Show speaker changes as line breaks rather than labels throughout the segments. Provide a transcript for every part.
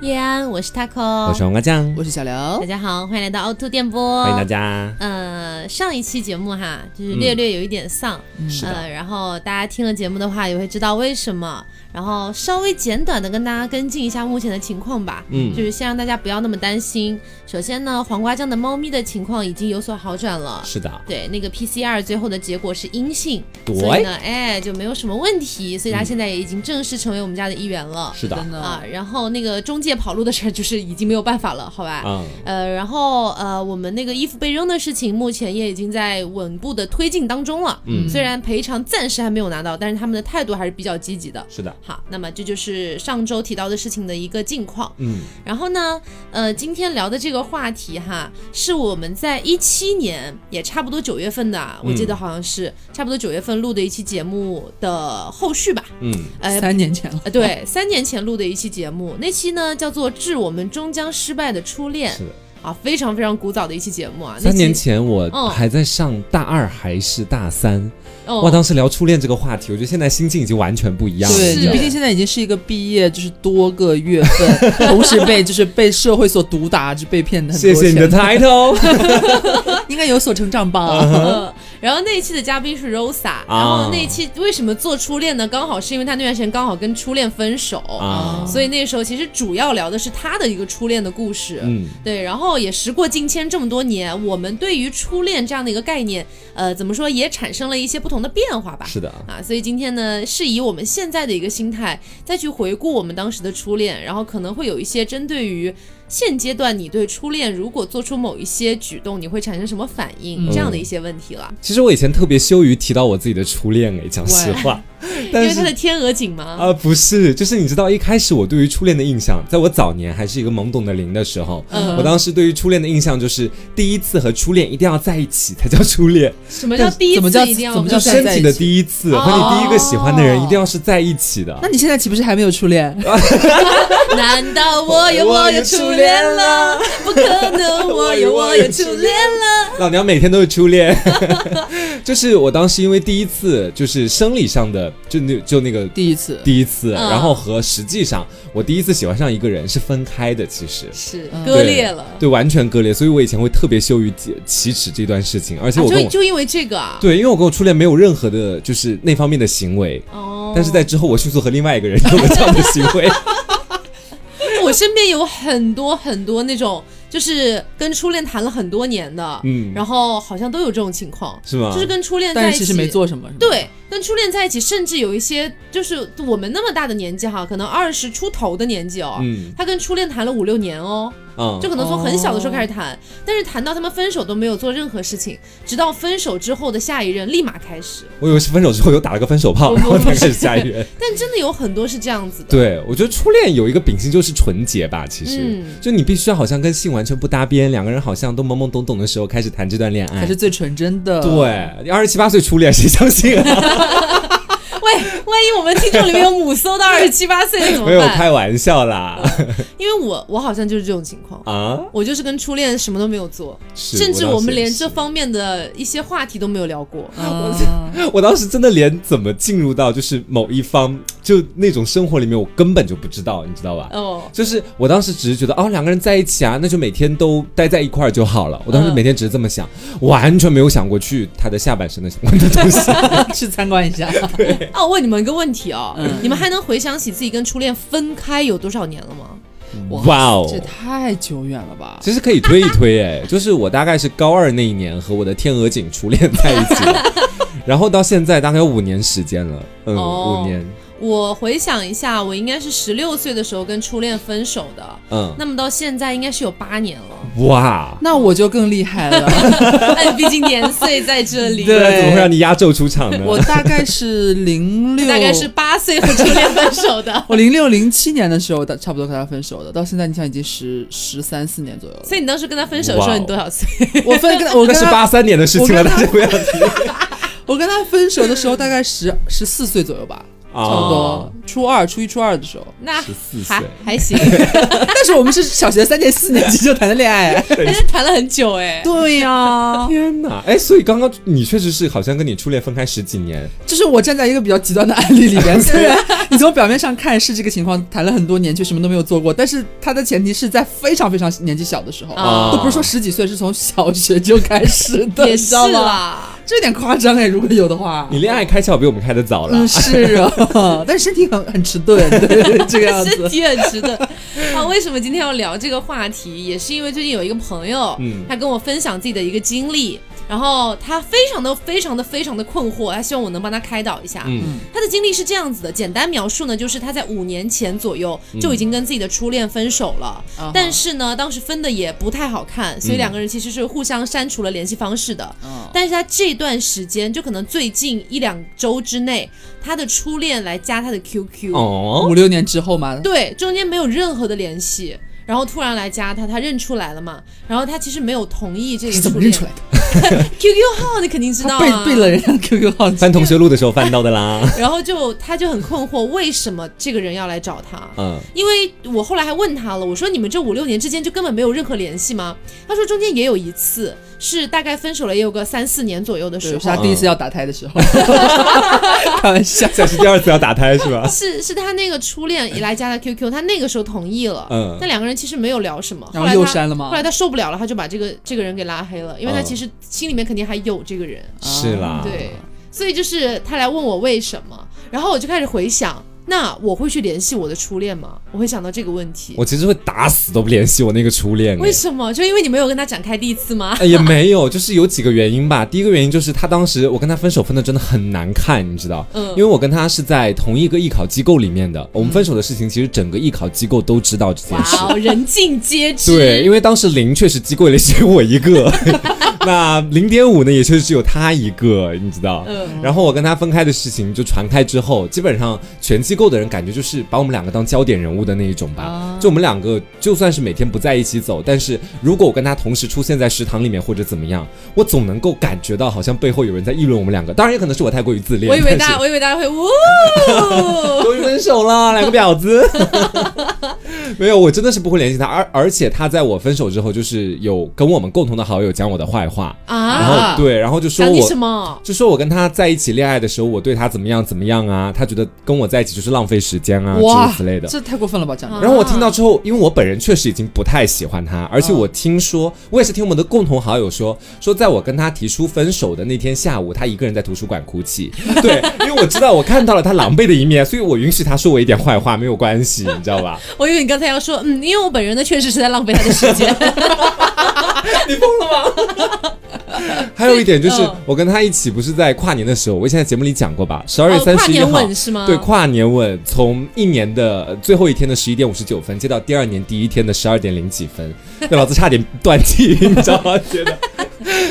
叶安，我是 Taco，
我是黄瓜酱，
哦我是小刘。
大家好，欢迎来到凹凸电波，
欢迎大。家。
呃，上一期节目哈，就是略略有一点丧，
嗯
是
呃，然后大家听了节目的话，也会知道为什么。然后稍微简短的跟大家跟进一下目前的情况吧，
嗯
就是先让大家不要那么担心。首先呢，黄瓜酱的猫咪的情况已经有所好转了，
是的，
对，那个 PCR 最后的结果是阴性，
对
所以呢，哎，就没有什么问题，所以
嗯
它现在也已经正式成为我们家的一员了。
是的，
真的
啊，然后那个中介跑路的事儿就是已经没有办法了， 好吧？
嗯，
呃，然后呃，我们那个衣服被扔的事情，目前也已经在稳步的推进当中了。
嗯
虽然赔偿暂时还没有拿到，但是他们的态度还是比较积极的。
是的，
好，那么这就是上周提到的事情的一个近况。
嗯，
然后呢，呃，今天聊的这个话题哈，是我们在一七年，也差不多九月份的啊，我记
嗯
得好像是、差不多九月份录的一期节目的后续吧。
嗯，
呃，
三年前了，
呃对，三年前录的一期节目，那期呢叫做《致我们终将失败的初
哎
恋》。
是的。
啊，非常非常古早的一期节目啊，那
三年
期，
前我
哦
嗯
还在上大二还是大三，
哦
哇，当时聊初恋这个话题，我觉得现在心境已经完全不一样了。
对
是
你毕竟现在已经是一个毕业，就是多个月份， 同时被就是被社会所毒打，就被骗的很
谢
多
谢你的
钱
title，
应该有所成长
嗯
吧？
呃然后那一期的嘉宾是
啊
Rosa，、然后那一期为什么做初恋呢？刚好是因为她那段时间刚好跟初恋分手，
啊
所以那时候其实主要聊的是她的一个初恋的故事。
嗯，
对，然后也时过境迁这么多年，我们对于初恋这样的一个概念，呃，怎么说也产生了一些不同的变化吧。
是的，
啊，所以今天呢，是以我们现在的一个心态，再去回顾我们当时的初恋，然后可能会有一些针对于现阶段你对初恋如果做出某一些举动，你会产生什么反应、这样的一些问题了。
其实我以前特别羞于提到我自己的初恋，哎，讲实话，
因
但
为它
是
的天鹅颈嘛，
啊、不是，就是你知道，一开始我对于初恋的印象，在我早年还是一个懵懂的零的时候，
嗯
我当时对于初恋的印象就是第一次和初恋一定要在一起才叫初 恋，
什么叫第一
怎么叫
次一定要
怎么
就
叫
身体的
在一起
第一次和你第一个喜欢的人一定要是在一起的。
哦
那你现在岂不是还没有初恋？
啊难道我有
我
我
有
有
初
初
恋
恋了？不可能，我有我有初恋了。
老娘每天都是初恋， 就是我当时因为第一次就是生理上的，就那就那个
第一次，
第一次，
嗯
然后和实际上我第一次喜欢上一个人是分开的，其实。
是
嗯
割裂了，啊
对，完全割裂，所以我以前会特别羞于启启齿这段事情，而且我跟我、
啊就就因为这个啊。
对，因为我跟我初恋没有任何的，就是那方面的行为，
哦，
但是在之后我迅速和另外一个人有了这样的行 为，
我身边有很多很多那种，就是跟初恋谈了很多年的，
嗯
然后好像都有这种情况，
是吗？
就是跟初恋在
但
一起，
是其实没做什么，是吗，
对，跟初恋在一起，甚至有一些就是我们那么大的年纪哈，可能二十出头的年纪哦。
嗯
他跟初恋谈了五六年哦，
嗯，
就可能从很小的时候
哦
开始谈，但是谈到他们分手都没有做任何事情，直到分手之后的下一任立马开始。
我以为是分手之后又打了个分手炮，
不
然后
不
才
不
开始
是
下一任。
但真的有很多是这样子的，
对，我觉得初恋有一个秉性就是纯洁吧，其实、
嗯
就你必须要好像跟性完全不搭边，两个人好像都懵懵懂懂的时候开始谈这段恋爱
才是。最纯真的。
对，二十七八岁初恋谁相 信啊？
喂，万一我们听众里面有母搜到二十七八岁的怎么办？
没有开玩笑啦
因为我我好像就是这种情况，
啊！
我就是跟初恋什么都没有做，
是
甚至
我
我
当时
们
也
连
是
这方面的一些话题都没有聊过。
啊，
我当时真的连怎么进入到就是某一方就那种生活里面，我根本就不知道，你知道吧？
哦，
就是我当时只是觉得哦，两个人在一起啊，那就每天都待在一块儿就好了。我当时
嗯
每天只是这么想，完全没有想过去他的下半身的相关的东西。
去参观一下，
啊，我问你们一个问题哦，
嗯
你们还能回想起自己跟初恋分开有多少年了吗？
哇哦，
这太久远了吧？
其实可以推一推，哎，就是我大概是高二那一年和我的天鹅颈初恋在一起的，然后到现在大概有五年时间了，嗯，
哦
五年，
我回想一下，我应该是十六岁的时候跟初恋分手的，
嗯，
那么到现在应该是有八年了。
哇，
那我就更厉害了。
哎，毕竟年岁在这里，
不然怎么会让你压轴出场呢？
我大概是 零六，，
大概是八岁和初恋分手的
我零六零七年的时候，差不多和他分手的，到现在你想已经十十三四年左右了。
所以你当时跟他分手的时
哇
候
哦
你多少岁？
我 分跟我
那
跟
是
他
八三年的事情了，
我跟
大
他
家不要提。
我跟他分手的时候大概十十四岁左右吧，
啊
差不多初二、初一、初二的时候。
那
14
还
岁
还 行，
但是我们是小学三年、四年级就谈的恋爱。
人家谈了很久哎，
对呀、
天哪！哎，所以刚刚你确实是好像跟你初恋分开十几年，
就是我站在一个比较极端的案例里边，虽然你从表面上看是这个情况，谈了很多年却什么都没有做过，但是他的前提是在非常非常年纪小的时候，
啊
都不是说十几岁，是从小学就开始的，
也
你
是
知道吗？
啦，
这有点夸张哎，如果有的话。
你恋爱开窍比我们开的早了。
嗯，是啊， 但是身体很很迟钝，对这 个样
身
子。
体很直的。啊，为什么今天要聊这个话题？也是因为最近有一个朋友，
嗯
他跟我分享自己的一个经历，然后他非常的、非常的、非常的困惑，他希望我能帮他开导一下。
嗯
他的经历是这样子的，简单描述呢，就是他在五年前左右
嗯
就已经跟自己的初恋分手了，
啊哈
但是呢，当时分的也不太好看，所以两个人其实是互相删除了联系方式的。
嗯
但是他这段时间，就可能最近一两周之内，他的初恋来加他的
嗯
QQ，、
哦，
五六年之后嘛，
对，中间没有任何的联系。然后突然来加他，他认出来了嘛？然后他其实没有同意这个
是怎
初
么
恋
认出来的？
QQ 号，你肯定知道、
他
啊。
背背了人家 QQ 号，
翻同学录的时候翻到的啦。
然后就他就很困惑，为什么这个人要来找他？
嗯，
因为我后来还问他了，我说你们这五六年之间就根本没有任何联系吗？他说中间也有一次，是大概分手了也有个三四年左右 的
对
时
是啊
候
他。第一次要打胎的时候，开玩笑。
这是第二次要打胎是 吧？
是是他那个初恋来加的 QQ，他那个时候同意了，
嗯
但两个人其实没有聊什么。
然
后
后
来
又
他
删了吗
后来他受不了了，他就把这个这个人给拉黑了，因为他
嗯
其实心里面肯定还有这个人。
是
嗯
啦，
对，所以就是他来问我为什么，然后我就开始回想，那我会去联系我的初恋吗？我会想到这个问题。
我其实会打死都不联系我那个初恋、
为
哎
什么？就因为你没有跟他展开第一次 吗？
哎，也没有，就是有几个原因吧。第一个原因就是他当时我跟他分手分的真的很难看，你知道，
嗯
因为我跟他是在同一个艺考机构里面的，我们分手的事情其实整个艺考机构都知道这件事。
哇哦，人尽皆知。
对，因为当时零确实机构里只有我一 个，那零点五呢也确实只有他一个，你知道。
嗯，
然后我跟他分开的事情就传开之后，基本上全机构的人感觉就是把我们两个当焦点人物的那一种吧。
哦
啊
就我们两个就算是每天不在一起走，但是如果我跟他同时出现在食堂里面或者怎么样，我总能够感觉到好像背后有人在议论我们两个。当然也可能是我太过于自恋，
我以为
但
大
是
家，我以为 大家会呜，
终于分手了，两个 婊子。没有，我真的是不会联系他，而而且他在我分手之后，就是有跟我们共同的好友讲我的坏话，
啊
然后对，然后就说
讲你
我
什么？
就说我跟他在一起恋爱的时候，我对他怎么样怎么样啊，他觉得跟我在一起就是浪费时间啊，诸
哇
如此类的。嗯
这太过分了吧？讲的
啊
然后我听到之后，因为我本人确实已经不太喜欢他，而且我
啊
听说，我也是听我们的共同好友说，说在我跟他提出分手的那天下午，他一个人在图书馆哭泣。 对，因为我知道我看到了他狼狈的一面，所以我允许他说我一点坏话，没有关系，你知道吧？
我以为你刚才要说，嗯，因为我本人呢确实是在浪费他的时间。
你疯了吗？还有一点就是
嗯，
我跟他一起不是在跨年的时候，我以前在节目里讲过吧， 十二月
哦，
三
跨
十一
年
号。
吻是吗？
对，跨年吻从一年的呃最后一天的十一点五十九分，接到第二年第一天的十二点零几分， 那老子差点断气，你知道 吗？觉得。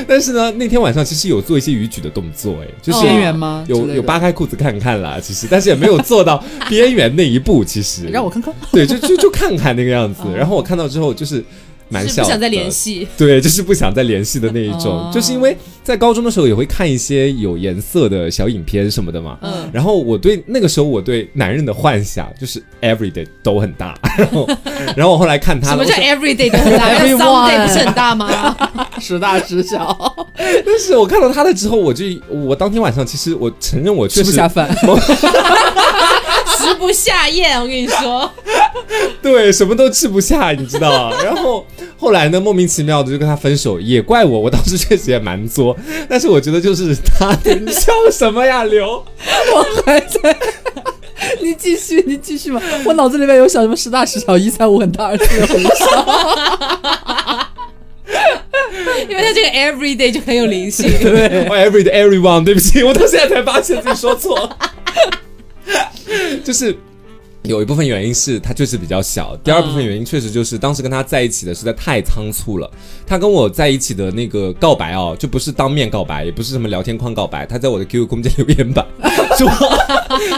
但是呢，那天晚上其实有做一些逾矩的动作，哎，就是
哦
边缘吗？之
有
类
有
的
扒开裤子看看啦，其实，但是也没有做到边缘那一步，其实。
嗯
让我看嗯看。
对，就就就看看那个样子。然后我看到之后就是蛮
是
小，
不想再联。系。
对，就是不想再联系的那一种，
哦
就是因为在高中的时候也会看一些有颜色的小影片什么的嘛，
嗯，
然后我对那个时候我对男人的幻想就是 every day 都很大， 然后然后我后来看他
什
了，
么
我
叫
想
every day 都很 大
Everyone
？Sunday 不是很大吗？
时大时小，
但是我看到他了之后，我就我当天晚上其实我承认我确
吃不
实
下饭。
食不下咽，我跟你 说。
对什么都吃不下，你知道。 然后后来呢，莫名其妙的就跟他分手，也怪我，我当时确实也蛮作， 但是我觉得就是他，你笑什么呀，刘？
我还在。 你继续，你继续吧。我脑子里面有想什么十大十小，一三五很大，二四六很小。
因为他这个 every day 就很有灵性。
对、e v e r y everyone，对不 起，我到现在才发现自己说错 了，就是。有一部分原因是他确实比较小，第二部分原因确实就是当时跟他在一起的实在太仓促了。他跟我在一起的那个告白哦，就不是当面告白，也不是什么聊天框告白，他在我的 QQ 空间留言板 说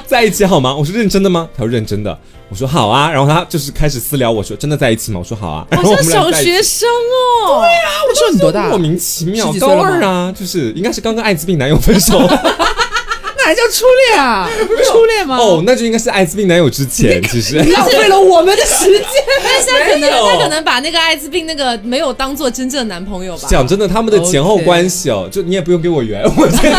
在一起好吗？我说认真的吗？他说认真的。我说好啊，然后他就是开始私聊我说真的在一起吗？我说好啊。然
好
后我
像
们俩
小
在一起啊
学生哦，
那时候你多大
莫？名其妙
十，几岁
高
了吗
二啊，就是应该是刚跟艾滋病男友分手。
那还才叫初恋 啊？不是初恋吗？
哦，那就应该是艾滋病男友之 前，其实
浪费了我们的时 间。
但是他可能
没有
他可能把那个艾滋病那个没有当做真正的男朋友吧。
讲真的，他们的前后
OK
关系哦就你也不用给我圆， 我确实，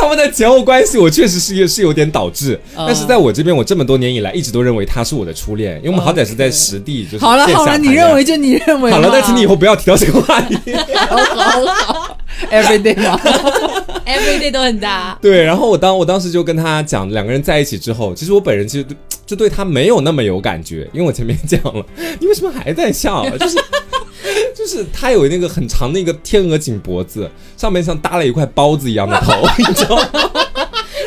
他们的前后关系我确实是是有点导致，
嗯
但是在我这边，我这么多年以来一直都认为他是我的初恋，因为我们好歹是在实地就是
好了
线下
好了，
谈
你
恋爱
认为就你认为
好了，
嘛
但请你以后不要提到这个话题。
every day 嘛。
Every day 都很 大。
对，然后我当我当时就跟他讲，两个人在一起之后，其实我本人其实对就对他没有那么有感觉，因为我前面讲了，你为什么还在笑？ 就是就是他有那个很长的一个天鹅颈脖子，上面像搭了一块包子一样的头，你知道吗？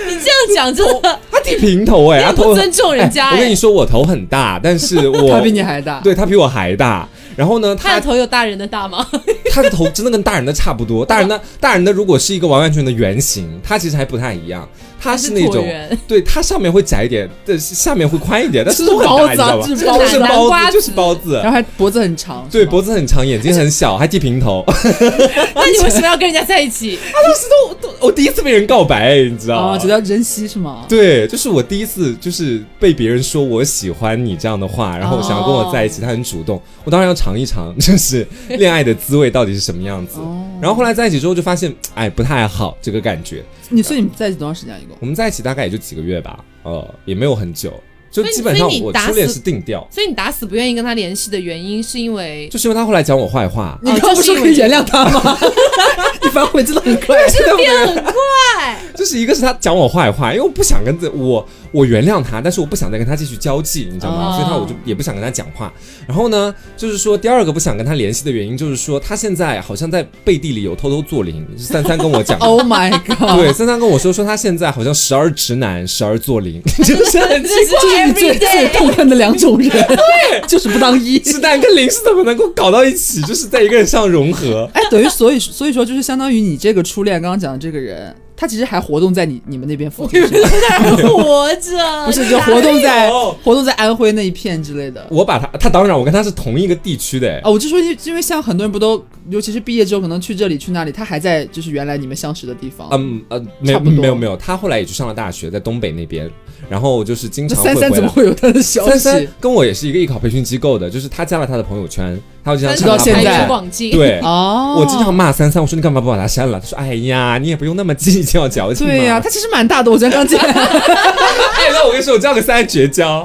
你这样讲 真的，
他剃平头哎、
你
他
很不
头
尊重人家
哎我跟
哎
你说，我头很大，但 是 我
他比你还大，
对他比我还大。然后呢，
他
他
的头有大人的大 吗？
他的头真的跟大人的差不多，大人的大人的如果是一个完完全全的圆形，他其实还不太一样，他是那
椭
种
圆
对，它上面会窄一点，对，下面会宽一点，但是都很
包
大，
子
你知道
包
吧？就
就是
子
是
南
包
瓜
子，就是
子
包子
然。后还脖子很长，
对，
是吗
脖子很长，眼睛很小，还剃平头。
那你为什么要跟人家在一起？
他当时都都，我第一次被人告白，你知道
啊，
吗？
觉得要珍惜是吗？
对，就是我第一次就是被别人说我喜欢你这样的话，然后我想要跟我在一
哦
起，他很主动，我当然要尝一尝，就是恋爱的滋味到底是什么样子。
哦
然后后来在一起之后就发现，哎，不太好这个感觉。
你所以你们在一起多长时间啊一共？
我们在一起大概也就几个月吧，呃，也没有很久，就
所以
基本
所
上
以你
我
打
初恋
死
是定调。
所以你打死不愿意跟他联系的原因，是因为
就是因为他后来讲我坏话，
你刚不说可以原谅他吗？你反悔真的很快，
变很快。
就是一个是他讲我坏话，因为我不想跟这我我原谅他，但是我不想再跟他继续交际，你知道吗？
哦
所以他我就也不想跟他讲话。然后呢，就是说第二个不想跟他联系的原因，就是说他现在好像在背地里有偷偷做零，是三三跟我讲的。
Oh my god！
对，，三三跟我说说他现在好像时而直男，时而做零， 就是很奇
这是
这是你
every
最最
day。
痛恨的两种人，对， 就是不当一。
直男跟零是怎么能够搞到一起，就是在一个人上融合。
哎，等于所以所以说，就是相当于你这个初恋刚刚讲的这个人，他其实还活动在你你们那边附近， 是吧
活 着
不是就活动在
哪有
活动在安徽那一片之类的。
我把他，他当然我跟他是同一个地区的，哎
啊，我就说，因因为像很多人不都，尤其是毕业之后，可能去这里去那里，他还在就是原来你们相识的地方。
嗯呃，没有
差不多
没有没有，他后来也去上了大学，在东北那边，然后就是经
这
常会
三
回来。
三怎么会有他的消息？
三三跟我也是一个艺考培训机构的，就是他加了他的朋友圈，他就经常
直
上
到
他
现
朋友
在
圈
广进，
对。
哦，
我经常骂三三，我说你干嘛不把他删了？他说：“哎呀，你也不用那么计较矫情嘛。”
对呀、他其实蛮大的，我昨天刚见。
哎，那我跟你说，我这样跟三三绝交。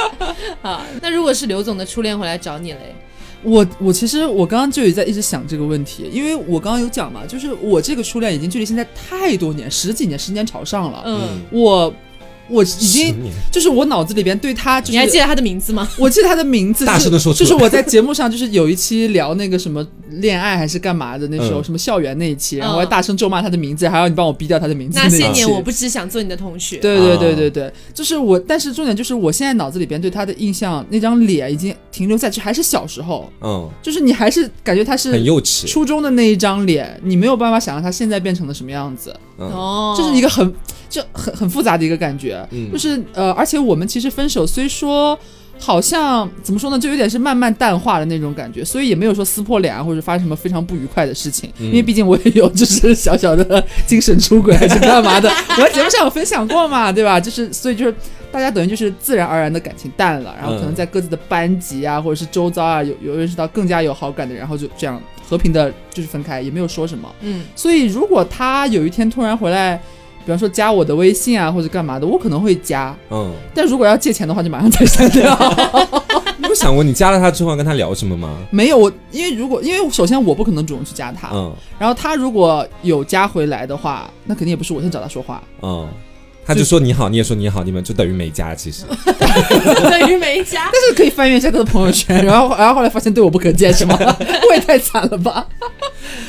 啊。那如果是刘总的初恋回来找你嘞，
我我其实我刚刚就有在一直想这个问题，因为我刚刚有讲嘛，就是我这个初恋已经距离现在太多年，十几年、十年朝上了。
嗯，
我我已
十
经
年
就是我脑子里边对他就是
你还记得他的名字吗？
我记得他的名字、就
大
是，
声地说出
就
来
是我在节目上就是有一期聊那个什么恋爱还是干嘛的，那时候、
嗯
什么校园那一期，
嗯
然后我还大声咒骂他的名字，还要你帮我逼掉他的名字
那
一期。
些年我不只想做你的同学。
对对对
啊
对对，就是我，但是重点就是我现在脑子里边对他的印象，那张脸已经停留在就还是小时候，
嗯，
就是你还是感觉他
很
是
幼稚。
初中的那一张脸，你没有办法想象他现在变成了什么样子，
嗯
哦，
这是一个很就很很复杂的一个感觉，
嗯
就是呃，而且我们其实分手虽说。好像怎么说呢，就有点是慢慢淡化的那种感觉，所以也没有说撕破脸啊，或者发生什么非常不愉快的事情。因为毕竟我也有就是小小的精神出轨还是干嘛的，我在节目上有分享过嘛，对吧？就是所以就是大家等于就是自然而然的感情淡了，然后可能
嗯
在各自的班级啊，或者是周遭啊，有有认识到更加有好感的，然后就这样和平的就是分开，也没有说什么。
嗯，
所以如果他有一天突然回来，比方说加我的微信啊，或者干嘛的，我可能会加。
嗯，
但如果要借钱的话，就马上再删掉。
你有想过你加了他之后要跟他聊什么吗？
没有我，因为如果因为首先我不可能主动去加他，
嗯
然后他如果有加回来的话，那肯定也不是我先找他说话。
嗯，他就说你好，你也说你好，你们就等于没加。其实
等于没加。
但是可以翻阅一下他的朋友圈，然后然后后来发现对我不可见是 吗？ 我也太惨了吧！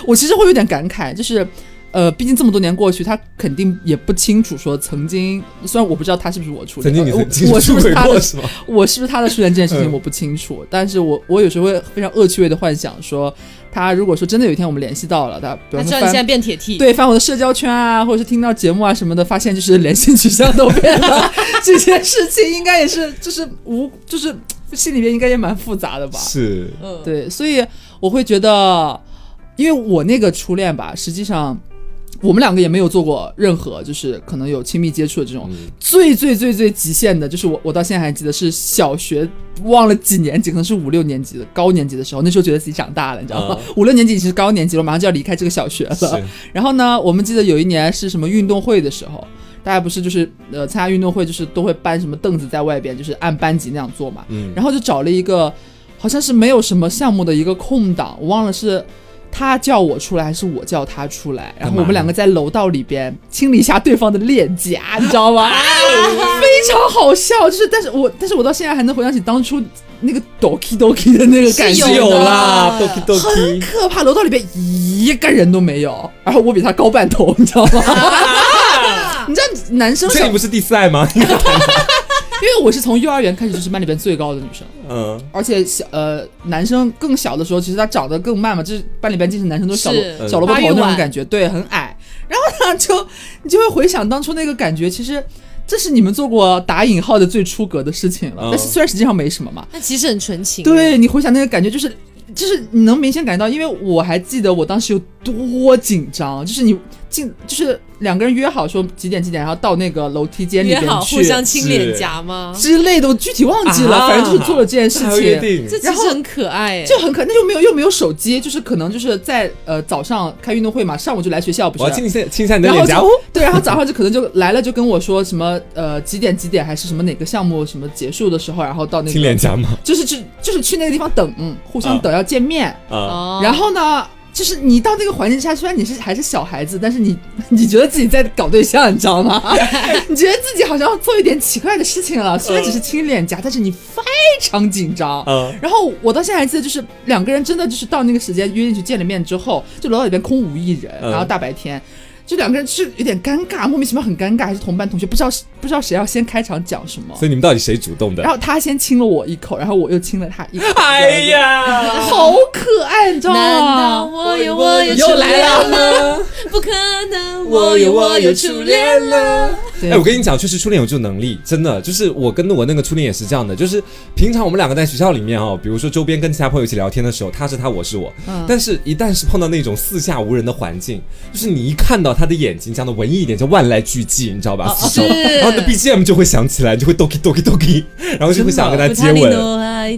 我其实会有点感慨，就是。呃，毕竟这么多年过去，他肯定也不清楚说曾经，虽然我不知道他是不是我初
曾
恋，
经你
呃我
曾经
我是
出
不是
轨
他的
过是吗？
我是不是他的初恋这件事情
嗯
我不清楚，但是我我有时候会非常恶趣味的幻想说，他如果说真的有一天我们联系到了，他比
他
方
知
说
道你现在
翻
变铁 T，，
对翻我的社交圈啊，或者是听到节目啊什么的，发现就是连性取向都变了，这件事情应该也是就是无就是心里面应该也蛮复杂的吧？
是，
嗯，
对，所以我会觉得，因为我那个初恋吧，实际上我们两个也没有做过任何就是可能有亲密接触的这种、
嗯
最最最最极限的，就是我我到现在还记得是小学忘了几年级，可能是五六年级的高年级的时候，那时候觉得自己长大了，你知道吗？五六年级已经是高年级了，马上就要离开这个小学了
是。
然后呢，我们记得有一年是什么运动会的时候。大家不是就是呃参加运动会就是都会搬什么凳子在外边，就是按班级那样坐嘛。
嗯
然后就找了一个好像是没有什么项目的一个空档，我忘了是他叫我出来还是我叫他出来，然后我们两个在楼道里边清理一下对方的脸颊，你知道吗？
哎
非常好笑，就是但是我但是我到现在还能回想起当初那个 doki doki 的那个感
是
觉，
有
有
的
啦，doki
很
doki，
可怕，楼道里边一个人都没有，然后我比他高半头，你知 道吗？你知道男生
这
小，
里不是第四爱吗？
因为我是从幼儿园开始就是班里边最高的女生，
嗯，
而且小呃男生更小的时候，其实他长得更慢嘛，就是班里边进是男生都是小
是
嗯
萝小萝卜头
发育
那种
晚
感觉，对，很矮。然后呢，就你就会回想当初那个感觉，其实这是你们做过打引号的最出格的事情了，
嗯
但是虽然实际上没什么嘛，
那其实很纯情。，
对你回想那个感觉，就是就是你能明显感觉到，因为我还记得我当时有多紧张，就是你进就是两个人约好说几点几点，然后到那个楼梯间里
约
边
好互
去
相亲脸颊吗？
之类的，我具体忘记了，
啊
反正就是做了这件事
还有约
情。
定
这，其
然
实
后
很可爱哎，
就很可，那就没有又没有手机，就是可能就是在呃早上开运动会嘛，上午就来学校不
我要
是，啊
亲一下亲一下你的
然
脸颊
后就，对，然后早上就可能就来了，就跟我说什么呃几点几点还是什么哪个项目什么结束的时候，然后到那
亲
个
脸颊 吗？
就是去就是去那个地方等，嗯，互相等要见面，
啊，
哦，
然后呢，就是你到那个环境下，虽然你是还是小孩子，但是你 你觉得自己在搞对象，你知道吗？你觉得自己好像要做一点奇怪的事情了，虽然只是亲脸颊，但是你非常紧张。
嗯，
然后我到现在还记得，就是两个人真的就是到那个时间约进去见了面之后，就楼道里边空无一人，
嗯
然后大白天。就两个人是有点尴尬，莫名其妙很尴尬，还是同班同学，不知道不知道谁要先开场讲什么
所，以你们到底谁主动的
然？后他先亲了我一口，然后我又亲了他一口，
哎呀，
好可爱，你知道吗？
难道
哎
我有我有初
又来
恋了？
了，
不可能，我有我有初恋了。
了。
对
哎，我跟你讲，确实初恋有这种能力，真的，就是我跟我那个初恋也是这样的，就是平常我们两个在学校里面哦，比如说周边跟其他朋友一起聊天的时候，他是他，我是我，
嗯
但是一旦是碰到那种四下无人的环境，就是你一看到他的眼睛，讲的文艺一点叫万籁俱寂，你知道吧？四周，
哦是
然后你的 BGM 就会响起来，你就会 doki doki doki，然后就会想跟他接吻。
你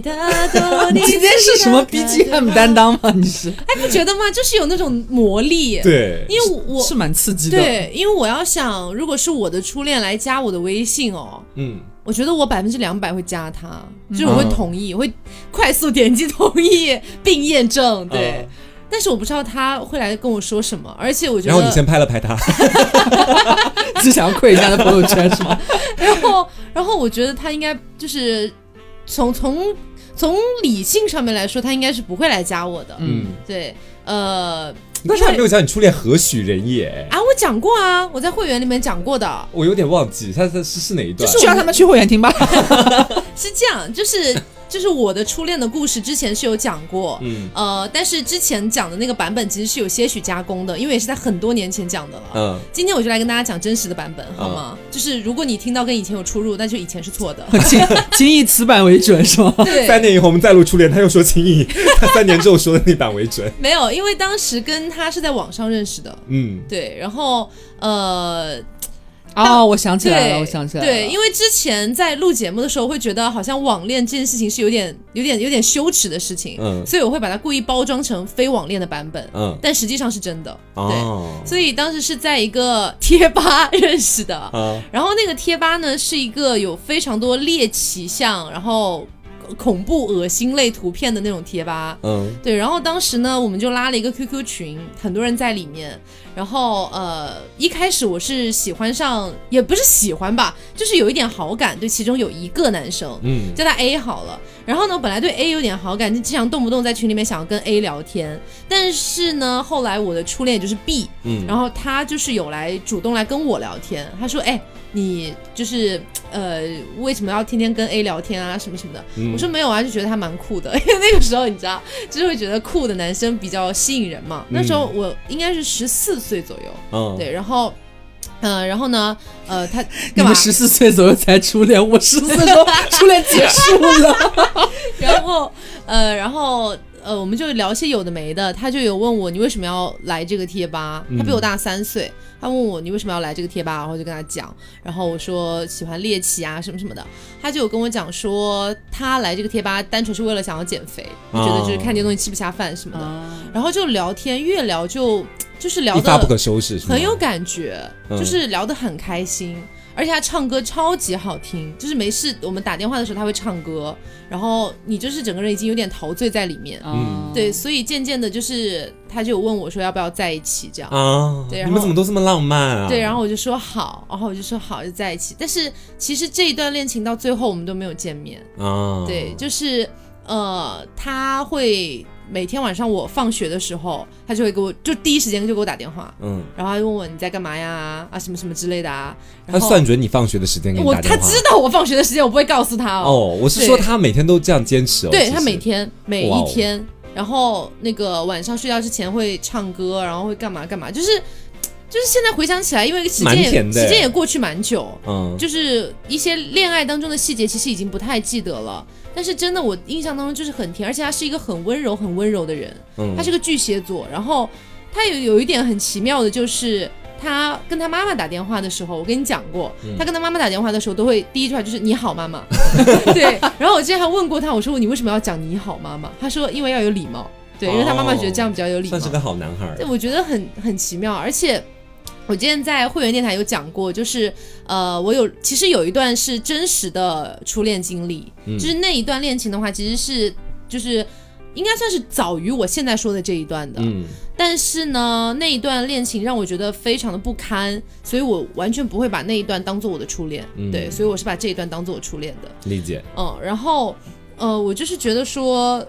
今天是 什么 BGM 担当吗？你是
哎，不觉得吗？就是有那种魔力。，
对，
因为我
是蛮刺激的，
对，因为我要想，如果是我的初恋来加我的微信哦，
嗯，
我觉得我百分之两百会加他，就是我会同
啊
意，会快速点击同意 并验证，对。
嗯
但是我不知道他会来跟我说什么，而且我觉得，
然后你先拍了拍他，
只想要窥一下他的朋友圈是吗？
然后然后我觉得他应该就是从从从理性上面来说，他应该是不会来加我的，
嗯
嗯，
对，呃，
但是还没有讲你初恋何许人也。
啊，我讲过啊，我在会员里面讲过的，
我有点忘记，他他是是哪一段？
就让他们去会员 厅吧。
是这样，就是 就是我的初恋的故事，之前是有讲过，
嗯
呃，但是之前讲的那个版本其实是有些许加工的，因为也是在很多年前讲的了。
嗯，
今天我就来跟大家讲真实的版本，好吗？就是如果你听到跟以前有出入，那就以前是 错的。
仅仅以此版为准是吗？
三
对，
年以后我们再录初恋，他又说轻易，他三年之后说的那版为准。
没有，因为当时跟他是在网上认识的，
嗯，
对，然后呃，
哦，我想起来
对，
了，我想起来了，
对，因为之前在录节目的时候，会觉得好像网恋这件事情是有点、有点、有点羞耻的事情，
嗯
所以我会把它故意包装成非网恋的版本，
嗯
但实际上是真的，
哦
对，所以当时是在一个贴吧认识的，
啊，
然后那个贴吧呢是一个有非常多猎奇像，然后恐怖恶心类图片的那种贴吧，
嗯
对，然后当时呢，我们就拉了一个 QQ 群，很多人在里面。然后呃，一开始我是喜欢上，也不是喜欢吧，就是有一点好感，对其中有一个男生，
嗯
叫他 A 好了。然后呢，本来对 A 有点好感，就经常动不动在群里面想要跟 A 聊天。但是呢，后来我的初恋也就是 B，
嗯，
然后他就是有来主动来跟我聊天，他说：“哎，你就是呃，为什么要天天跟 A 聊天啊，什么什么的？”
嗯
我说：“没有啊，就觉得他蛮酷的，因 为那个时候你知道，就是会觉得酷的男生比较吸引人
嗯
嘛。那时候我应该是十四岁左右，
哦
嗯，
对，然后。”嗯、然后呢？呃， 他
你
干嘛
们？十四岁左右才初恋，我十四岁说初恋结束了，
然后，呃，然后呃，我们就聊些有的没的，他就有问我你为什么要来这个贴吧，
嗯
他比我大三岁，他问我你为什么要来这个贴吧，然后就跟他讲，然后我说喜欢猎奇啊什么什么的，他就有跟我讲说他来这个贴吧单纯是为了想要减肥，就觉得就是
哦
看这些东西吃不下饭什么的，
啊，
然后就聊天越聊就就是聊
一发不
的
可收拾，是吗
很有感觉，
嗯
就是聊得很开心。而且他唱歌超级好听，就是没事我们打电话的时候他会唱歌，然后你就是整个人已经有点陶醉在里面，
哦
嗯
哦对，所以渐渐的，就是他就有问我说要不要在一起这样。
啊！
对然后
你们怎么都这么浪漫啊？
对，然后我就说好，然后我就说好就在一起。但是其实这一段恋情到最后我们都没有见面。
啊，
对，就是呃，他会每天晚上我放学的时候，他就会给我就第一时间就给我打电话，
嗯，
然后他就问我你在干嘛呀啊什么什么之类的啊。然
他
后
算准你放学的时间给你
我
打
他
电话。
知道我放学的时间，我不会告诉他
哦，我是说
对
他每天都这样坚持哦。
对
其
他
实
每天每
哇
一
哦
天，然后那个晚上睡觉之前会唱歌，然后会干嘛干嘛，就是就是现在回想起来，因为时
蛮
间也
甜的
时间
哎
也过去蛮久，
嗯，
就是一些恋爱当中的细节，其实已经不太记得了。但是真的，我印象当中就是很甜，而且他是一个很温柔、很温柔的人。
嗯
他是个巨蟹座，然后他有有一点很奇妙的，就是他跟他妈妈打电话的时候，我跟你讲过，
嗯
他跟他妈妈打电话的时候都会第一句话就是“你好，妈 妈”，对。然后我之前还问过他，我说你为什么要讲“你好，妈妈”？他说因为要有礼貌，对，因为他妈妈觉得这样比较有礼貌。
算是个好男孩儿
对，。我觉得很很奇妙，而且。我之前在会员电台有讲过，就是呃，我有其实有一段是真实的初恋经历，
嗯
就是那一段恋情的话，其实是就是应该算是早于我现在说的这一段的，
嗯，
但是呢，那一段恋情让我觉得非常的不堪，所以我完全不会把那一段当做我的初恋，
嗯
对，所以我是把这一段当做我初恋的，
理解。
嗯，然后呃，我就是觉得说，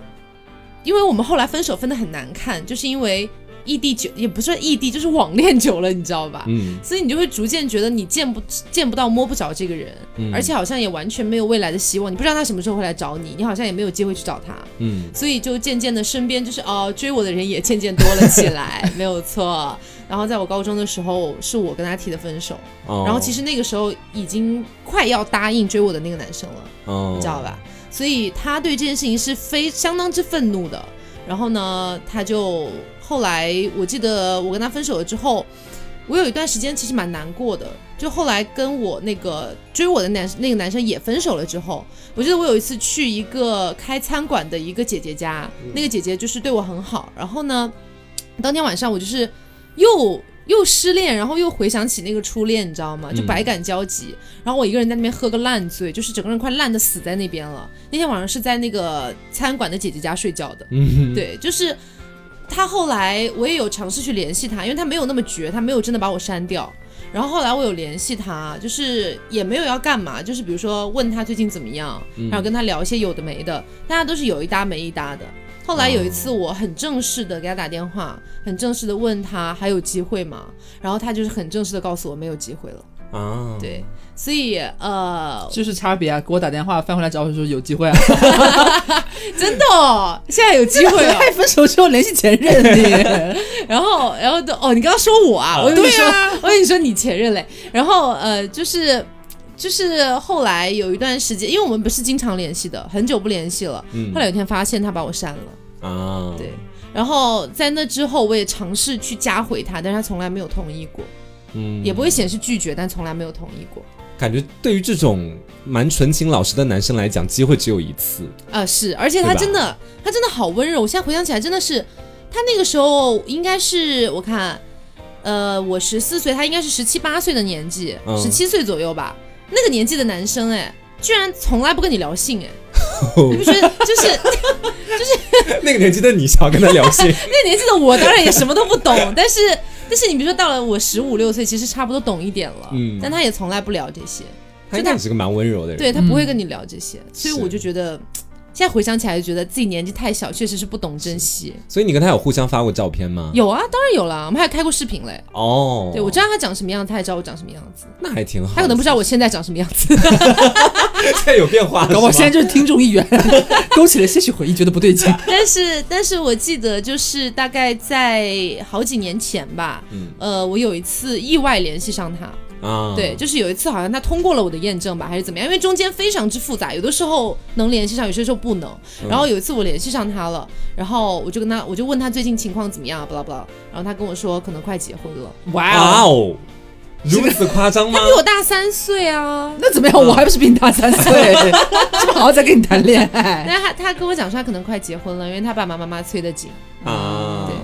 因为我们后来分手分的很难看，就是因为异地久，也不是异地，就是网恋久了，你知道吧？
嗯
所以你就会逐渐觉得你见不见不到摸不着这个人，
嗯，
而且好像也完全没有未来的希望，你不知道他什么时候会来找你，你好像也没有机会去找他，
嗯
所以就渐渐的身边就是哦追我的人也渐渐多了起来， 没有错。然后在我高中的时候，是我跟他提的分手，
哦，
然后其
实
实那个时候已经快要答应追我的那个男生了。
你
你知道吧？所以他对这件事情是非相当之愤怒的。然后呢，他就后来我记得我跟他分手了之后，我有一段时间其实蛮难过的。就后来跟我那个追我的男那个男生也分手了之后，我记得我有一次去一个开餐馆的一个姐姐家，那个姐姐就是对我很好。然后呢，当天晚上我就是又又失恋，然后又回想起那个初恋，你知道吗？就百感交集。然后我一个人在那边喝个烂醉，就是整个人快烂的死在那边了。那天晚上是在那个餐馆的姐姐家睡觉的，
嗯，
对，就是他后来我也有尝试去联系他，因为他没有那么绝，他没有真的把我删掉。然后后来我有联系他，就是也没有要干嘛，就是比如说问他最近怎么样，然后跟他聊一些有的没的，大家都是有一搭没一搭的。后来有一次，我很正式的给他打电话，很正式的问他还有机会吗？然后他就是很正式的告诉我没有机会了。
啊，
对，所以呃，
就是差别啊！给我打电话，翻回来找我说有机会啊！
真的、哦，现在有机会 了。
分手之后联系前任你，
然后，然后都哦，你刚刚说我啊，我跟你说， 我跟你说你前任嘞。然后呃，就是就是后来有一段时间，因为我们不是经常联系的，很久不联系了。
嗯
后来有一天发现他把我删了，
啊，
对。然后在那之后，我也尝试去加回他，但是他从来没有同意过，
嗯，
也不会显示拒绝，但从来没有同意过。
感觉对于这种蛮纯情老实的男生来讲，机会只有一次。
啊，是，而且他
对吧
真的，他真的好温柔。我现在回想起来，真的是，他那个时候应该是我看，呃，我十四岁，他应该是十七八岁的年纪，
嗯
十七、岁左右吧。那个年纪的男生，哎，居然从来不跟你聊性， 哎，你不觉得？就是
那个年纪的你想要跟他聊 性，
那年纪的我，当然也什么都不懂，但是。但是你比如说到了我十五六岁，其实差不多懂一点了，
嗯
但他也从来不聊这些，
他应该也是个蛮温柔的人。
对他不会跟你聊这些，所以
是
我就觉得，现在回想起来就觉得自己年纪太小，确实是不懂珍惜。
所以你跟他有互相发过照片吗？
有啊，当然有啦，我们还有开过视频嘞。
哦，
对，我知道他长什么样子，他也知道我长什么样子。
那还挺好。
他可能不知道我现在长什么样子。
现在有变化了，
搞不好
是
现
吗
在就是听众一员， 勾起了些许回忆，觉得不对劲。
但是，但是我记得就是大概在好几年前吧，
嗯
呃，我有一次意外联系上他，
啊，
对，，就是有一次好像他通过了我的验证吧，还是怎么样？因为中间非常之复杂，有的时候能联系上，有些时候不能。然后有一次我联系上他了，然后我就跟他，我就问他最近情况怎么样，不啦不啦。然后他跟我说可能快结婚了，
哇
哇
哦，
哦，如此夸张吗
他？比我大三岁啊。
那怎么样？我还不是比你大三岁，是不是好好在跟你谈恋爱？
那他他跟我讲说他可能快结婚了，因为他爸爸妈妈催得紧，
啊，
嗯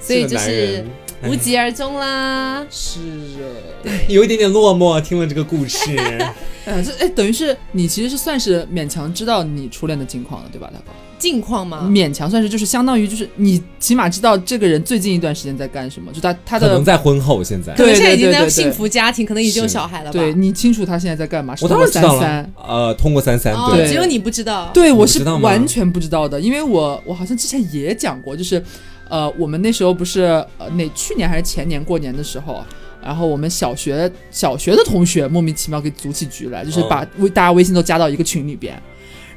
所以
这个
就
男
是
人
哎
无疾而终啦。
是
有一点点落寞。听了这个 故事，
哎，这哎，等于是你其实是算是勉强知道你初恋的近况了，对吧，大哥？
近况
啊
吗？
勉强算是就是相当于就是你起码知道这个人最近一段时间在干什么，就他他
可能
的
在婚后现在
可。能
对
现在已
对
经
对
在
对
幸福家庭，可能已经有
是
小孩了吧？
对你清楚他现在在干嘛，是
我当
通过
然知道
三三
了，呃，通过三三，
哦，
对，
只有你不知道。
对，我
你
是
知道吗
完全不知道的，因为我我好像之前也讲过，就是，呃，我们那时候不是呃哪去年还是前年过年的时候，然后我们小学小学的同学莫名其妙给组起局来，就是
哦
把微、大家微信都加到一个群里边。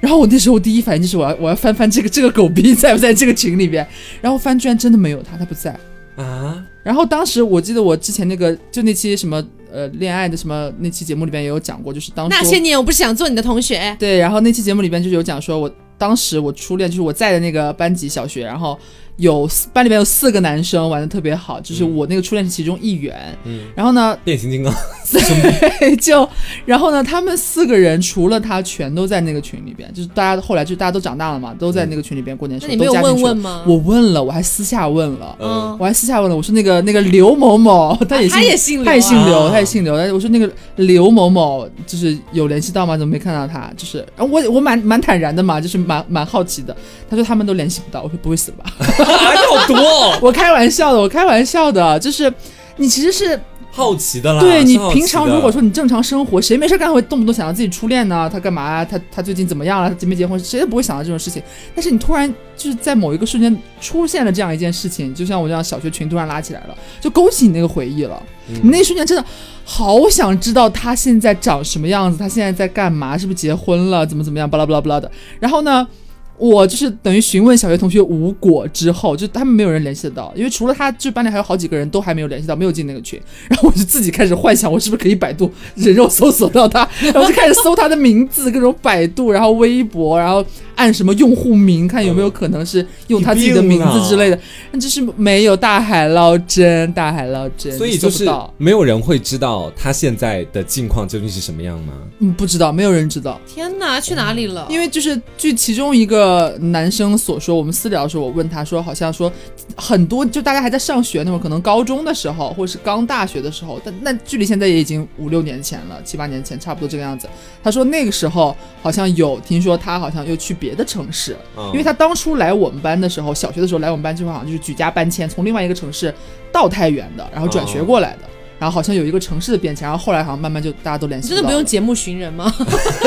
然后我那时候第一反应就是我要我要翻翻这个这个狗逼在不在这个群里边，然后翻居然真的没有他，他不在。
啊，
然后当时我记得我之前那个就那期什么呃恋爱的什么那期节目里边也有讲过，就是当时
那些年我不是想做你的同学，
对，然后那期节目里边就是有讲说我，当时我初恋就是我在的那个班级小学，然后有四班里边有四个男生玩的特别好，就是
嗯
我那个初恋是其中一员。
嗯，
然后 呢，
变形金刚，
对，就然后呢，他们四个人除了他，全都在那个群里边，就是大家后来就大家都长大了嘛，都在那个群里边过年的
那
时
你
候
没有
都加进
问
去
问
了
吗？
我问了，我还私下问了，
嗯，
我还私下问了，我说那个那个刘某某， 他也
啊
姓
他也姓刘啊，
他也姓刘，
啊
他也姓刘。但哎是我说那个刘某某，就是有联系到吗？怎么没看到他？就是，啊我我蛮蛮坦然的嘛，就是蛮蛮好奇的。他说他们都联系不到，我说不会死吧？
啊，要毒哦，
我开玩笑的，我开玩笑的，就是。你其实是
好奇的啦。
对你
是好奇的
平常如果说你正常生活，谁没事干会动不动想到自己初恋呢？他干嘛啊？他他最近怎么样了？他结没结婚？谁都不会想到这种事情。但是你突然就是在某一个瞬间出现了这样一件事情，就像我这样小学群突然拉起来了，就勾起你那个回忆了。
嗯
你那一瞬间真的好想知道他现在长什么样子，他现在在干嘛，是不是结婚了，怎么怎么样，巴拉巴拉巴拉的。然后呢，我就是等于询问小学同学无果之后，就他们没有人联系得到，因为除了他，就班里还有好几个人都还没有联系到，没有进那个群。 然后我就自己开始幻想，我是不是可以百度人肉搜索到他，然后就开始搜他的名字，各种百度，然后微博，然后按什么用户名，看有没有可能是用他自己的名字之类的。那就是没有大海捞针，大海捞针，
所以
你
就
搜不
是
到
没有人会知道他现在的近况究竟是什么样吗？
嗯，不知道，没有人知道。
天哪，去哪里了？
嗯因为就是据其中一个男生所说，我们私聊的时候，我问他说，好像说很多就大家还在上学那会儿，可能高中的时候，或者是刚大学的时候，但那距离现在也已经五六年前了，七八年前差不多这个样子。他说那个时候好像有听说他好像又去别的城市，
嗯
因为他当初来我们班的时候，小学的时候来我们班基本上就是举家搬迁，从另外一个城市到太原的，然后转学过来的。然后好像有一个城市的变迁，然后后来好像慢慢就大家都联
你
系
真的
到
不
了
用节目寻人吗？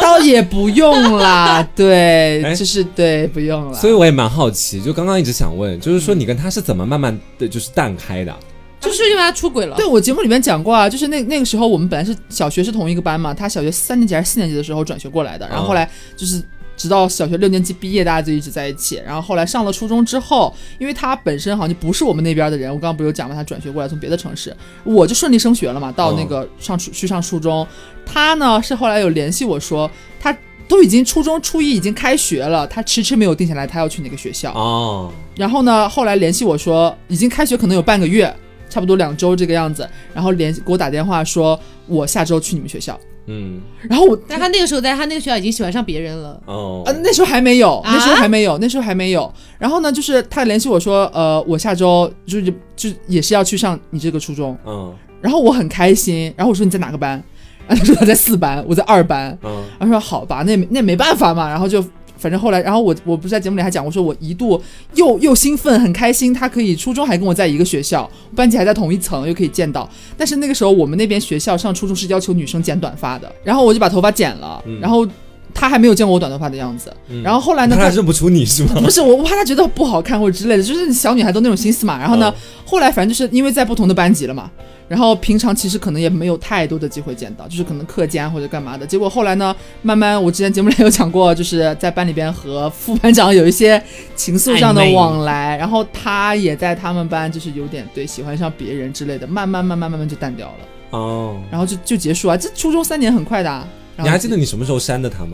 倒也不 用啦，对，
哎
就是对，不用了。嗯
所以我也蛮好奇，就刚刚一直想问，就是说你跟他是怎么慢慢的就是淡开的？
就是因为他出轨了。
对我节目里面讲过啊，就是那那个时候我们本来是小学是同一个班嘛，他小学三年级还是四年级的时候转学过来的，
哦
然后后来就是。直到小学六年级毕业，大家就一直在一起。然后后来上了初中之后，因为他本身好像就不是我们那边的人，我刚刚不是有讲嘛，他转学过来从别的城市，我就顺利升学了嘛，到那个上
哦
初去上初中。他呢是后来有联系我说，他都已经初中初一已经开学了，他迟迟没有定下来他要去哪个学校。
哦，
然后呢，后来联系我说，已经开学可能有半个月，差不多两周这个样子。然后联系给我打电话说，我下周去你们学校。
嗯，
然后我
但他那个时候在他那个学校已经喜欢上别人 了。
哦，
呃那时候还没有，
啊
那时候还没有，那时候还没有。然后呢，就是他联系我说，呃，我下周就是就也是要去上你这个初中。
嗯
然后我很开心，然后我说你在哪个班？ 然后他说他在四班，我在二班。
嗯
然后说好吧，那也没那也没办法嘛，然后就。反正后来，然后我我不是在节目里还讲，我说我一度又又兴奋很开心，他可以初中还跟我在一个学校，班级还在同一层，又可以见到。但是那个时候我们那边学校上初中是要求女生剪短发的，然后我就把头发剪了，
嗯
然后他还没有见过我短头发的样子。
嗯
然后后来 呢，
他
他
认不出你是吗？
不是我，我怕他觉得不好看或者之类的，就是小女孩都那种心思嘛。然后
嗯
呢，后来反正就是因为在不同的班级了嘛，然后平常其实可能也没有太多的机会见到，就是可能课间或者干嘛的。结果后来呢，慢慢我之前节目里有讲过，就是在班里边和副班长有一些情愫上的
暧昧
往来，然后他也在他们班就是有点对喜欢上别人之类的，慢慢慢慢慢慢就淡掉了。
哦，
然后就就结束啊。这初中三年很快的、啊。然
你
后
还记得你什么时候删的他吗？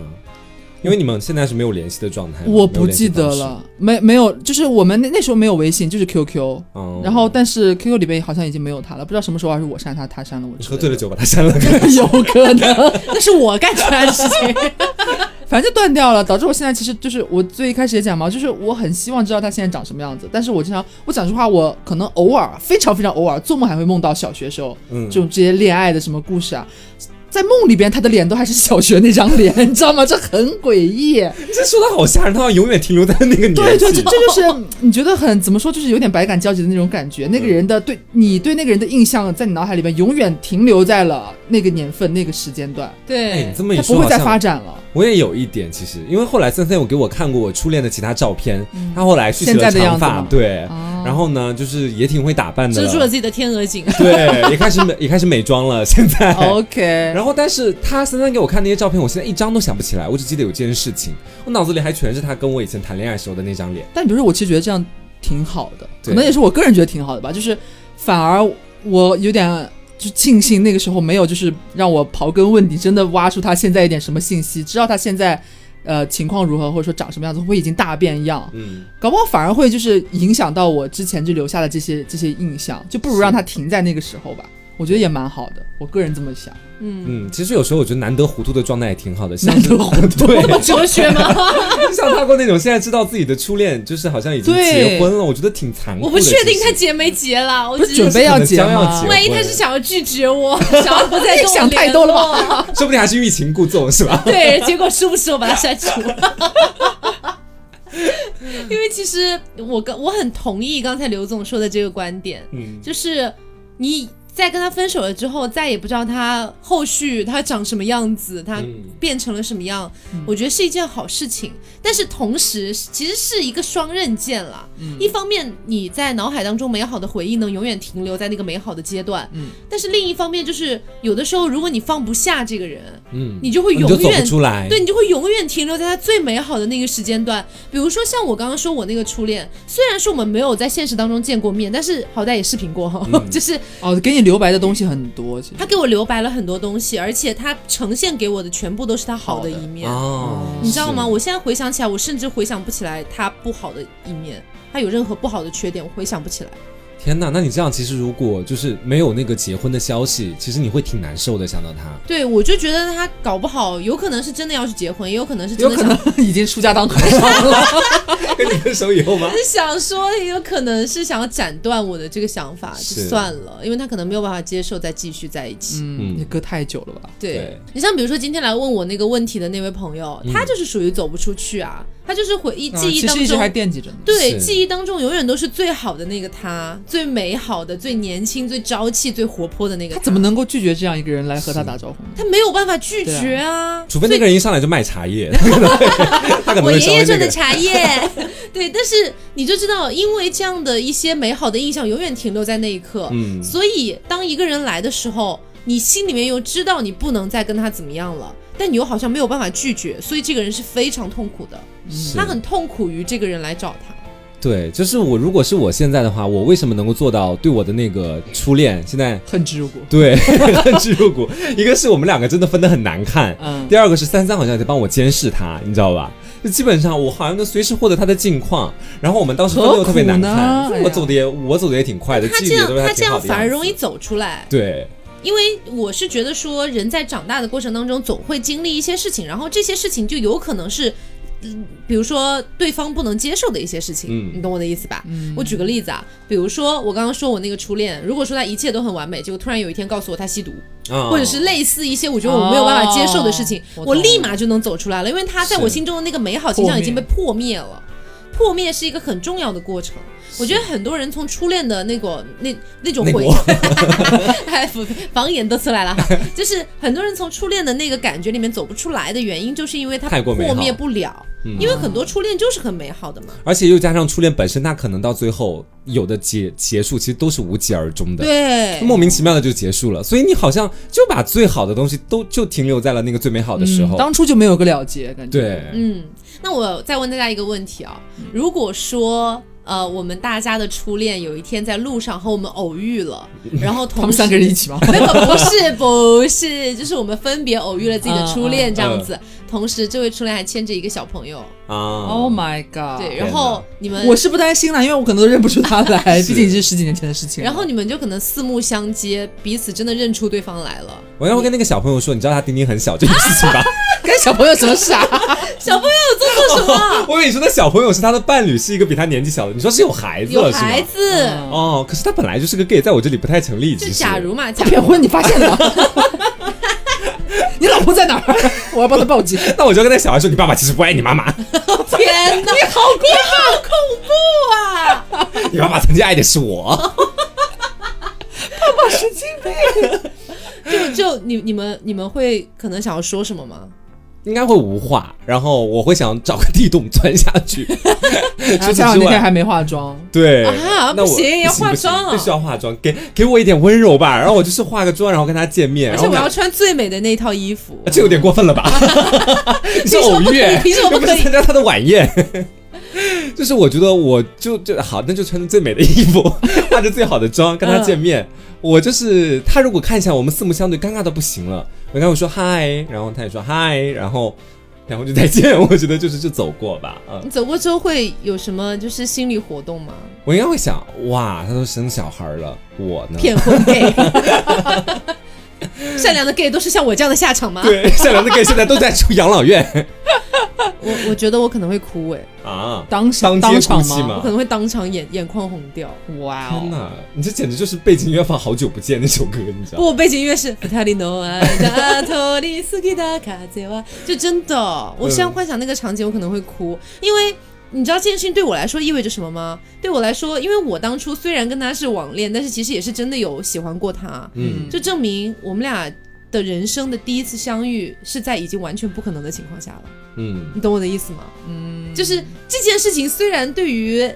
因为你们现在是没有联系的状态吗，
我
没有
不
联系
记得
方式。
了，没没有，就是我们那那时候没有微信，就是 QQ，
哦，
然后但是 QQ 里边好像已经没有他了，不知道什么时候还是我删他，他删了我
你
之
喝
类的。
醉了酒把他删了，
有可能，
那是我干出
哎
来的事情。
反正就断掉了，导致我现在其实就是我最一开始也讲嘛，就是我很希望知道他现在长什么样子，但是我经常我讲实话，我可能偶尔非常非常偶尔做梦还会梦到小学时候
嗯，
这种这些恋爱的什么故事啊。 在梦里边，他的脸都还是小学那张脸，你知道吗？这很诡 异。
你这说的好吓人，他好像永远停留在那个年纪。
对对，这这就是你觉得很怎么说，就是有点百感交集的那种感觉。那个人的对你对那个人的印象，在你脑海里边永远停留在了那个年份、那个时间段，
哎，你
对，
这么一
他
说，
不会再
好像
发展了。
我也有一点，其实，因为后来森森有给我看过我初恋的其他照片，他后来蓄起
嗯现在
了
的样
长
子
发，
吗
对，
啊
然后呢，就是也挺会打扮的
遮住了自己的天鹅颈。
对，也开始美，也开始美妆了，现在。
OK，
然后，但是他森森给我看那些照片，我现在一张都想不起来，我只记得有件事情，我脑子里还全是他跟我以前谈恋爱时候的那张脸。
但比如说，我其实觉得这样挺好的，
对
可能也是我个人觉得挺好的吧。就是反而我有点就庆幸那个时候没有，就是让我刨根问底，真的挖出他现在一点什么信息，知道他现在呃情况如何，或者说长什么样子，会不会已经大变样。
嗯，
搞不好反而会就是影响到我之前就留下的这些这些印象，就不如让它停在那个时候吧。我觉得也蛮好的，我个人这么想。
嗯，
嗯，其实有时候我觉得难得糊涂的状态也挺好的，像
难
是
得糊涂
对，
哲学 吗？
像他过那种现在知道自己的初恋就是好像已经结
对
婚了，我觉得挺残酷的。
我不确定
其实
他结没结了，我
不
只
是准备要结
可能将要
吗
结？
万一他是想要拒绝 我，想要不再跟我
想太多了
吧？
说不定还是欲擒故纵，是吧？
对，结果是不是我把他删除了？因为其实我跟我很同意刚才刘总说的这个观点，
嗯，
就是你在跟他分手了之后，再也不知道他后续他长什么样子，他
嗯
变成了什么样，我觉得是一件好事情。但是同时，其实是一个双刃剑啦。一方面，你在脑海当中美好的回忆能永远停留在那个美好的阶段，
嗯
但是另一方面，就是有的时候，如果你放不下这个人，
嗯，
你就会
你
永
就走
远
不出来。
对，你就会永远停留在他最美好的那个时间段。比如说像我刚刚说我那个初恋，虽然说我们没有在现实当中见过面，但是好歹也视频过哈，
嗯
就是
哦，给你留白的东西很多，其实
他给我留白了很多东西，而且他呈现给我的全部都是他好的一面，
哦，
你知道
是
吗？？我现在回想起来，我甚至回想不起来他不好的一面，他有任何不好的缺点，我回想不起来。
天哪，那你这样其实如果就是没有那个结婚的消息，其实你会挺难受的。想到他，
对，我就觉得他搞不好，有可能是真的要去结婚，也有可能是真
有
的
可
想
能 已经出家当和尚 了。
跟你分手以 后吗？
是想说，也有可能是想要斩断我的这个想法，就是算了，因为他可能没有办法接受再继续在一起。
嗯，你隔太久了吧？
对
对
你像比如说今天来问我那个问题的那位朋友，他就是属于走不出去啊，他就是回忆
嗯啊
记忆
其
当
实一直
中，
还惦记着呢。
对
是
记忆当中永远都是最好的那个他，最美好的、最年轻、最朝气、最活泼的那个
他怎么能够拒绝这样一个人来和他打招呼呢？
他没有办法拒绝啊，
除非那个人一上来就卖茶 叶，他可能会他可能
我
会
爷
稍微
爷
那
种
个
的。茶叶， 对，但是你就知道，因为这样的一些美好的印象永远停留在那一刻，
嗯
所以当一个人来的时候，你心里面又知道你不能再跟他怎么样了，但你又好像没有办法拒绝，所以这个人是非常痛苦的，
嗯
是
他很痛苦于这个人来找他。
对，就是我如果是我现在的话，我为什么能够做到对我的那个初恋现在
恨之入骨。
对 恨之入骨？一个是我们两个真的分得很难看，
嗯，
第二个是三三好像在帮我监视他，你知道吧？就基本上我好像能随时获得他的近况，然后我们当时分的又特别难看
何苦呢，
我走的也我走的也挺快的，
他
记
这
忆
样
都是，
他这
挺好
样
的
反而
样子
容易走出来，
对，
因为我是觉得说，人在长大的过程当中，总会经历一些事情，然后这些事情就有可能是，嗯比如说对方不能接受的一些事情，
嗯
你懂我的意思吧？
嗯
我举个例子啊，比如说我刚刚说我那个初恋，如果说他一切都很完美，结果突然有一天告诉我他吸毒，
啊
或者是类似一些我觉得我没有办法接受的事情，嗯
哦
我立马就能走出来了，因为他在我
是
心中的那个美好形象已经被
破
破灭了。破灭是一个很重要的过程，我觉得很多人从初恋的那个那那种
那
回忆
国，
哎，方方言都出来了哈，就是很多人从初恋的那个感觉里面走不出来的原因，就是因为他
太过美好
破灭不了，
嗯
因为很多初恋就是很美好的嘛。
而且又加上初恋本身，他可能到最后有的结结束其实都是无疾而终的，，
对，
莫名其妙的就结束了，所以你好像就把最好的东西都就停留在了那个最美好的时候，
当初就没有个了结，感觉。
对，
嗯
嗯，那我再问大家一个问题啊，如果说呃，我们大家的初恋有一天在路上和我们偶遇 了，然后同
他们三个人一起 吗？
没有， 不是不是，就是我们分别偶遇了自己的初恋这样子。
嗯
同时，这位初恋还牵着一个小朋友，
啊
Oh my god！
对，
天
然后你们，
我是不担心啦，因为我可能都认不出他 来，
是
毕竟已经是十几年前的事情了。
然后你们就可能四目相接，彼此真的认出对方来了。
嗯
我要跟那个小朋友说，你知道他丁丁很小这件事情吧？
跟小朋友什么 事啊？
小朋友有做错什 么？
我跟你说，那小朋友是他的伴侣，是一个比他年纪小的。你说是有孩子
有
了是
孩
吗？
子，
嗯
哦，可是他本来就是个 gay，在我这里不太成立。
就
其实
假如嘛，
他
假
骗婚，你发现了？ 你老婆在哪儿？ 我要帮他报警。
那哎我就跟那小孩说，你爸爸其实不爱你妈 妈，
天 哪，你好你好恐怖啊！
你爸爸曾经爱的是我。
就 就你你们你们会可能想要说什么吗？
应该会无话，然后我会想找个地洞钻下 去。
然
除
后
此
加上
之
那天
外，
还没化妆，
对
啊
那我
不行要
不行
化
不行
妆啊
必须要化妆，给给我一点温柔吧。然后我就是化个妆，然后跟他见面，
而且
然后啊
我
俩
要穿最美的那套衣服。
这有点过分了吧？ 你是偶遇，
凭什么不可以凭什么不
又不
可以
是参加他的晚宴？就是我觉得我就就好，那就穿着最美的衣服， 化着最好的妆跟他
嗯
见面。我就是他，如果看一下我们四目相对，尴尬到不行了。我跟我说嗨，然后他也说嗨，然后然后就再见。 我觉得就是就走过吧，嗯。
你走过之后会有什么就是心理活动吗？
我应该会想，哇，他都生小孩了，我呢？
骗 婚 gay，善良的 gay 都是像我这样的下场吗？
对，善良的 gay 现在都在住养老院
我我觉得我可能会哭哎、
啊！
当场
当街
场
哭泣
我
吗
吗？
可能会当场眼眼眶红掉。
哇
天
哦！
哪，你这简直就是背景音乐放《好久不见》那首歌，你知道吗？
不，背景音乐 是《塔里诺啊达托里斯基达卡泽瓦》，就真的，
嗯
我现在幻想那个场景，我可能会哭，因为。你知道这件事情对我来说意味着什么吗？对我来说，因为我当初虽然跟他是网恋，但是其实也是真的有喜欢过他，
嗯，
就证明我们俩的人生的第一次相遇是在已经完全不可能的情况下了。
嗯，
你懂我的意思吗？嗯，就是这件事情虽然对于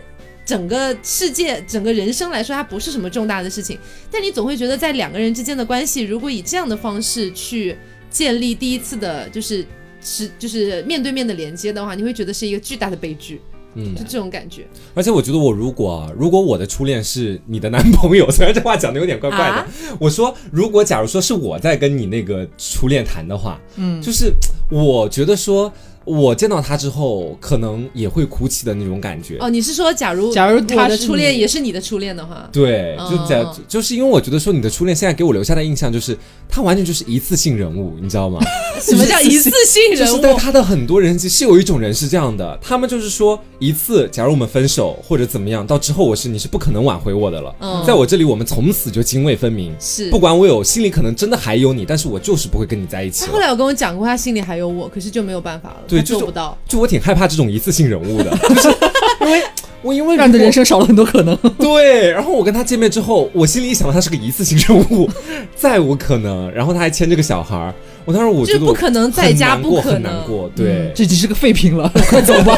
整个世界、整个人生来说，它不是什么重大的事情，但你总会觉得在两个人之间的关系，如果以这样的方式去建立第一次的，就是是就是面对面的连接的话，你会觉得是一个巨大的悲剧，
嗯
就这种感觉。
而且我觉得，我如果啊，如果我的初恋是你的男朋友，虽然这话讲的有点怪怪的，
啊
我说，如果假如说是我在跟你那个初恋谈的话，嗯，就是我觉得说，我见到他之后，可能也会哭泣的那种感觉。
哦，你是说假如
假如
我
他
的
是
初恋
你
也是你的初恋的话，
对，就假、
哦
就是因为我觉得说你的初恋现在给我留下的印象就是他完全就是一次性人物，你知道吗？
什么叫一 次性
就
人
是
物？
在他的很多人其实是有一种人是这样的，他们就是说一次，假如我们分手或者怎么样，到之后我是你是不可能挽回我的了。
嗯
在我这里，我们从此就泾渭分明。
是
不管我有心里可能真的还有你，但是我就是不会跟你在一起
他
了
后来有跟我讲过，他心里还有我，可是就没有办法了，
对
他
就
做
是
不到。
就我挺害怕这种一次性人物的，就是 因为我因为
让你的
如果
人生少了很多可能。
对，然后我跟他见面之后，我心里一想到他是个一次性人物，再无可能，然后他还牵着个小孩儿，我当时我
就
觉
是
得
不
我
可能再加
很难
不
过，
可
很难
能，嗯
过，对，
这只是个废品了，快走吧。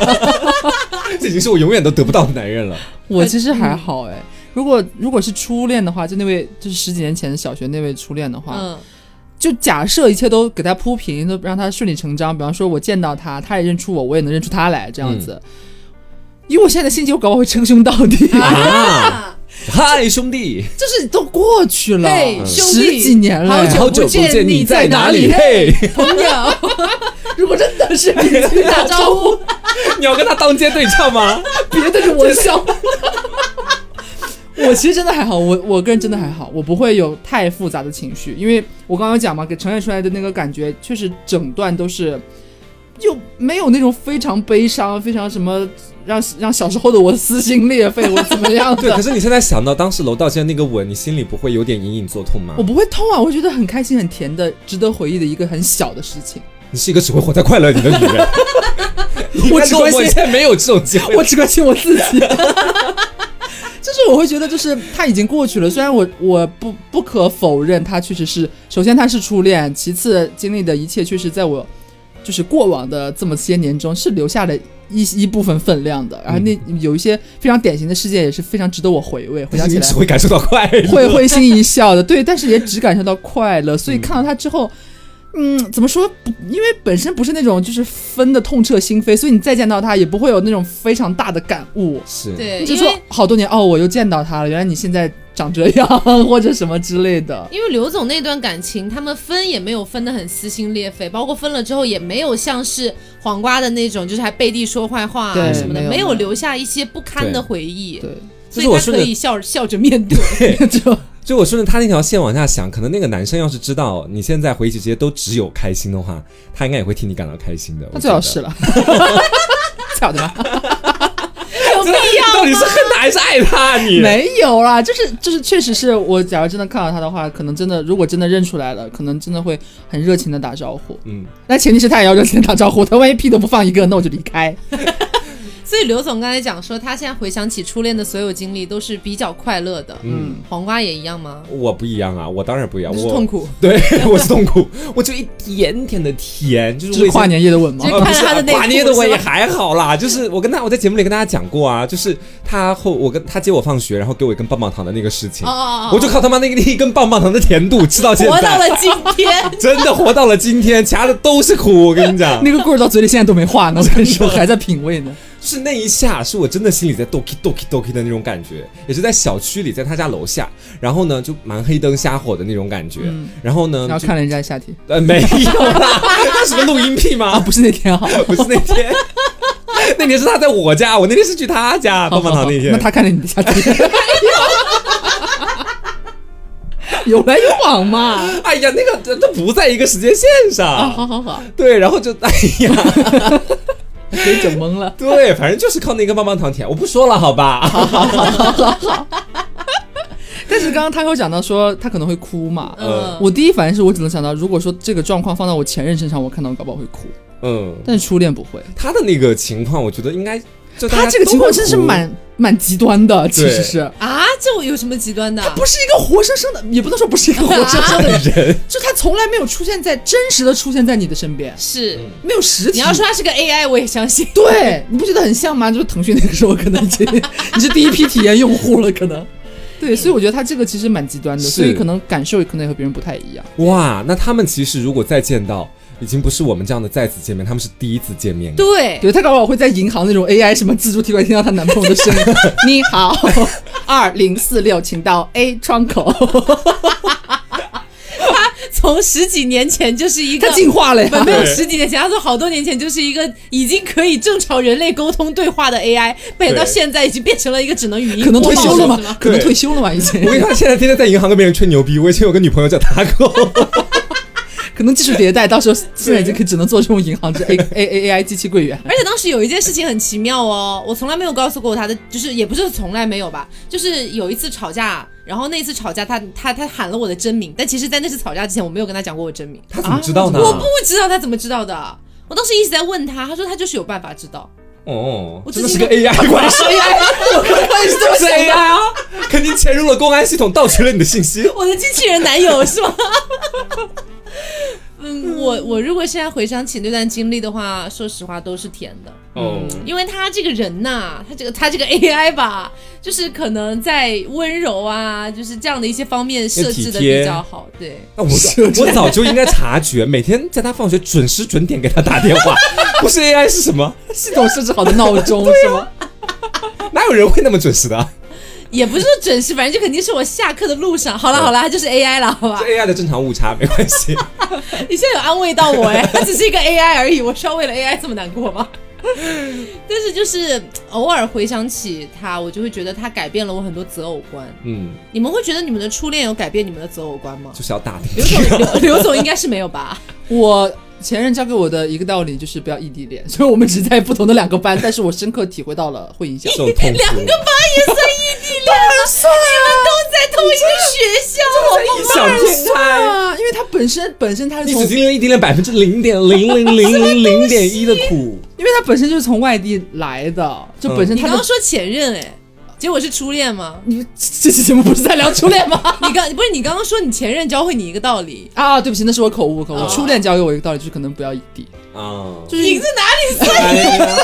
这已经是我永远都得不到的男人 了。
我其实还好哎，如果如果是初恋的话，就那位就是十几年前小学那位初恋的话，
啊
嗯，
就假设一切都给他铺平，都让他顺理成章。比方说，我见到他，他也认出我，我也能认出他来，这样子。以我现在的心情，我搞不好会称兄道弟。
啊！嗨，兄弟，
就是都过去了
嘿，兄弟
十几年了。
好
好
久
久
不
不
见
见，
你
你
在
在
哪
哪
里
里？嘿，
朋友，
如果真的是你去
打招呼，
你要跟他当街对唱 吗？
别对着我笑。 我其实真的还好，我我个人真的还好，我不会有太复杂的情绪，因为我刚刚有讲嘛，给呈现出来的那个感觉，确实整段都是，又没有那种非常悲伤、非常什么让让小时候的我撕心裂肺，我怎么 样
对，可
的，
是你现在想到当时楼道间那个吻，你心里不会有点隐隐作痛吗
我？不会痛啊，我会觉得很开心、很甜的，值得回忆的一个很小的事情。
你是一个只会活在快乐里的女 人。你
我
看
只关心
我现在没有这种机会。
我只关心我自己。 就是我会觉得，就是他已经过去了。虽然我我不不可否认，他确实是，首先他是初恋，其次经历的一切确实在我就是过往的这么些年中是留下了一一部分分量的。然后那有一些非常典型的事件也是非常值得我回味，回
但
想
是你
起来
只 会感受到快乐，
嗯
会会心一笑的。对，但是也只感受到快乐，所以看到他之后。嗯，怎么说？不，因为本身不是那种就是分的痛彻心扉，所以你再见到他也不会有那种非常大的感悟。
是，
对，
你就
因
说
为
好多年哦，我又见到他了，原来你现在长这样 或者什么之类的。
因为刘总那段感情，他们分也没有分得很撕心裂肺，包括分了之后也没有像是黄瓜的那种，就是还背地说坏话啊
对
什么的，
没有
没有
没有
留下一些不堪的回忆，
对，
所
就是
以
我
他
顺
可
着
以笑笑着面 对。
就
就我顺着他那条线往下想，可能那个男生要是知道你现在回忆起这些都只有开心的话，他应该也会替你感到开心的。
他最好
我觉得
是了， 巧的吧？
有啊必要
到底是恨他还是爱他、啊？你
没有啦，就是就是，确实是我。假如真的看到他的话，可能真的，如果真的认出来了，可能真的会很热情的打招呼。
嗯，
但前提是他也要热情的打招呼，他万一屁都不放一个，那我就离开。
所以刘总刚才讲说，他现在回想起初恋的所有经历都是比较快乐的。
嗯，
黄瓜也一样吗？
我不一样啊，我当然不一样，
就是
我
痛苦，
对 我是痛苦，我就一点点的甜，就是
这
我以
是
前
跨。年夜的吻吗
这？
啊
看
不
了
是
他的内
啊
裤
跨年夜的我
是吧
也还好啦，就是我跟他，我在节目里跟大家讲过啊，就是他后我跟他接我放学，然后给我一根棒棒糖的那个事情，
哦哦哦
我就靠他妈那个一根棒棒糖的甜度吃到现
活到
在，
了今天。
真的活到了今天，夹的都是苦，我跟 你讲，
那个棍儿到嘴里现在都没 化呢，我跟你说还在品味呢。
是那一下，是我真的心里在 doki doki doki 的那种感觉，也是在小区里，在他家楼下，然后呢就蛮黑灯瞎火的那种感觉，然后呢，
然后
就
嗯看了人家的下体
呃没有啦，那什么录音癖
啊，
吗？
不是那天哈，
不是那天，那天是他在我家，我那天是去他家棒棒糖
好好好
那天。
那他看了你的下体， 有来有往嘛。
哎呀，那个这这不在一个时间线
啊，
上，
好好好，
对，然后就哎 呀，
给整懵了。
对，反正就是靠那根棒棒糖甜，我不说了，好吧？
但是刚刚他有讲到说他可能会哭嘛，
嗯，
我第一反应是我只能想到，如果说这个状况放到我前任身上，我看到搞不好会哭，
嗯，
但是初恋不会。
他的那个情况，我觉得应该就大家
他这个情况真是
都会哭
蛮蛮极端的，其实是
啊，这我有什么极端的？
不是一个活生生的，也不能说不是一个活生生的人，
人，
就他从来没有出现在真实的出现在你的身边，
是，
没有实体。
你要说他是个 AI，我也相信。
对，你不觉得很像吗？就是腾讯那个时候，可能已 经你是第一批体验用户了，可能。对，所以我觉得他这个其实蛮极端的，
是
所以可能感受可能也和别人不太一样。
哇，那他们其实如果再见到，已经不是我们这样的再次见面，他们是第一次见面。
对，
对他搞不好会在银行那种 AI 什么自助提款听到她男朋友的声音。你好，二零四六，请到 A 窗口。
从十几年前就是一个
他。进化了呀，
没有
对
十几年前，他说好多年前就是一个已经可以正常人类沟通对话的 AI，被到现在已经变成了一个只能语音
可能退休了
嘛？
嘛？可能退休了嘛？以前
我跟你说，现在天天在银行跟别人吹牛逼。我以前有个女朋友叫达 哥，
可能技术迭代，到时候现在已经可以只能做这种银行这 A A A A I 机器柜员。
而且当时有一件事情很奇妙哦，我从来没有告诉过他的，就是也不是从来没有吧，就是有一次吵架，然后那次吵架他他他喊了我的真名，但其实，在那次吵架之前，我没有跟他讲过我真名，
他怎么知道呢？
我不知道他怎么知道的。我当时一直在问他，他说他就是有办法知道。
哦，
我
真的
只
是
是
个 AI 关系，
AI，我刚刚也是这么
是 AI 啊，肯定潜入了公安系统，盗取了你的信息。
我的机器人男友是吗？ 嗯，我我如果现在回想起那段经历的话，说实话都是甜的，
哦，
因为他这个人呐、他这个他这个 AI 吧，就是可能在温柔啊，就是这样的一些方面设置的比较好。对，
哦那我我早就应该察觉，每天在他放学准时准点给他打电 话，不是 AI 是什么？
系统设置好的闹钟是吗？
哪有人会那么准时的？啊
也不是说准时，反正就肯定是我下课的路上。好了好了，他就是 AI 了，好吧
这？AI 的正常误差没关系。
你现在有安慰到我哎，它 只是一个 AI 而已，我需要为了 AI 这么难过吗？ 但是就是偶尔回想起他，我就会觉得他改变了我很多择偶观。
嗯，
你们会觉得你们的初恋有改变你们的择偶观 吗？
就是要打
刘总，刘刘总应该是没有吧？
我前任教给我的一个道理就是不要异地恋，所以我们只在不同的两个班，但是我深刻体会到了会影响
这。种痛苦。
两个班也算异地恋吗？你们都在同一个学校，好不好
小变态。
啊，因为他本身本身他是
你
从
只，经历了一点点百分之零点零零零零零点一的苦，
因为他本身就是从外地来的，就
嗯
本身
你
他
刚
的
刚说前任哎，结果是初恋吗？
你 这期节目不是在聊初 恋吗？
你刚不是你刚刚说你前任教会你一个道理，
啊，对不起，那是我口误，口误。
哦
初恋教给我一个道理，就是可能不要异地，
啊，
就是
你是哪里
哎呀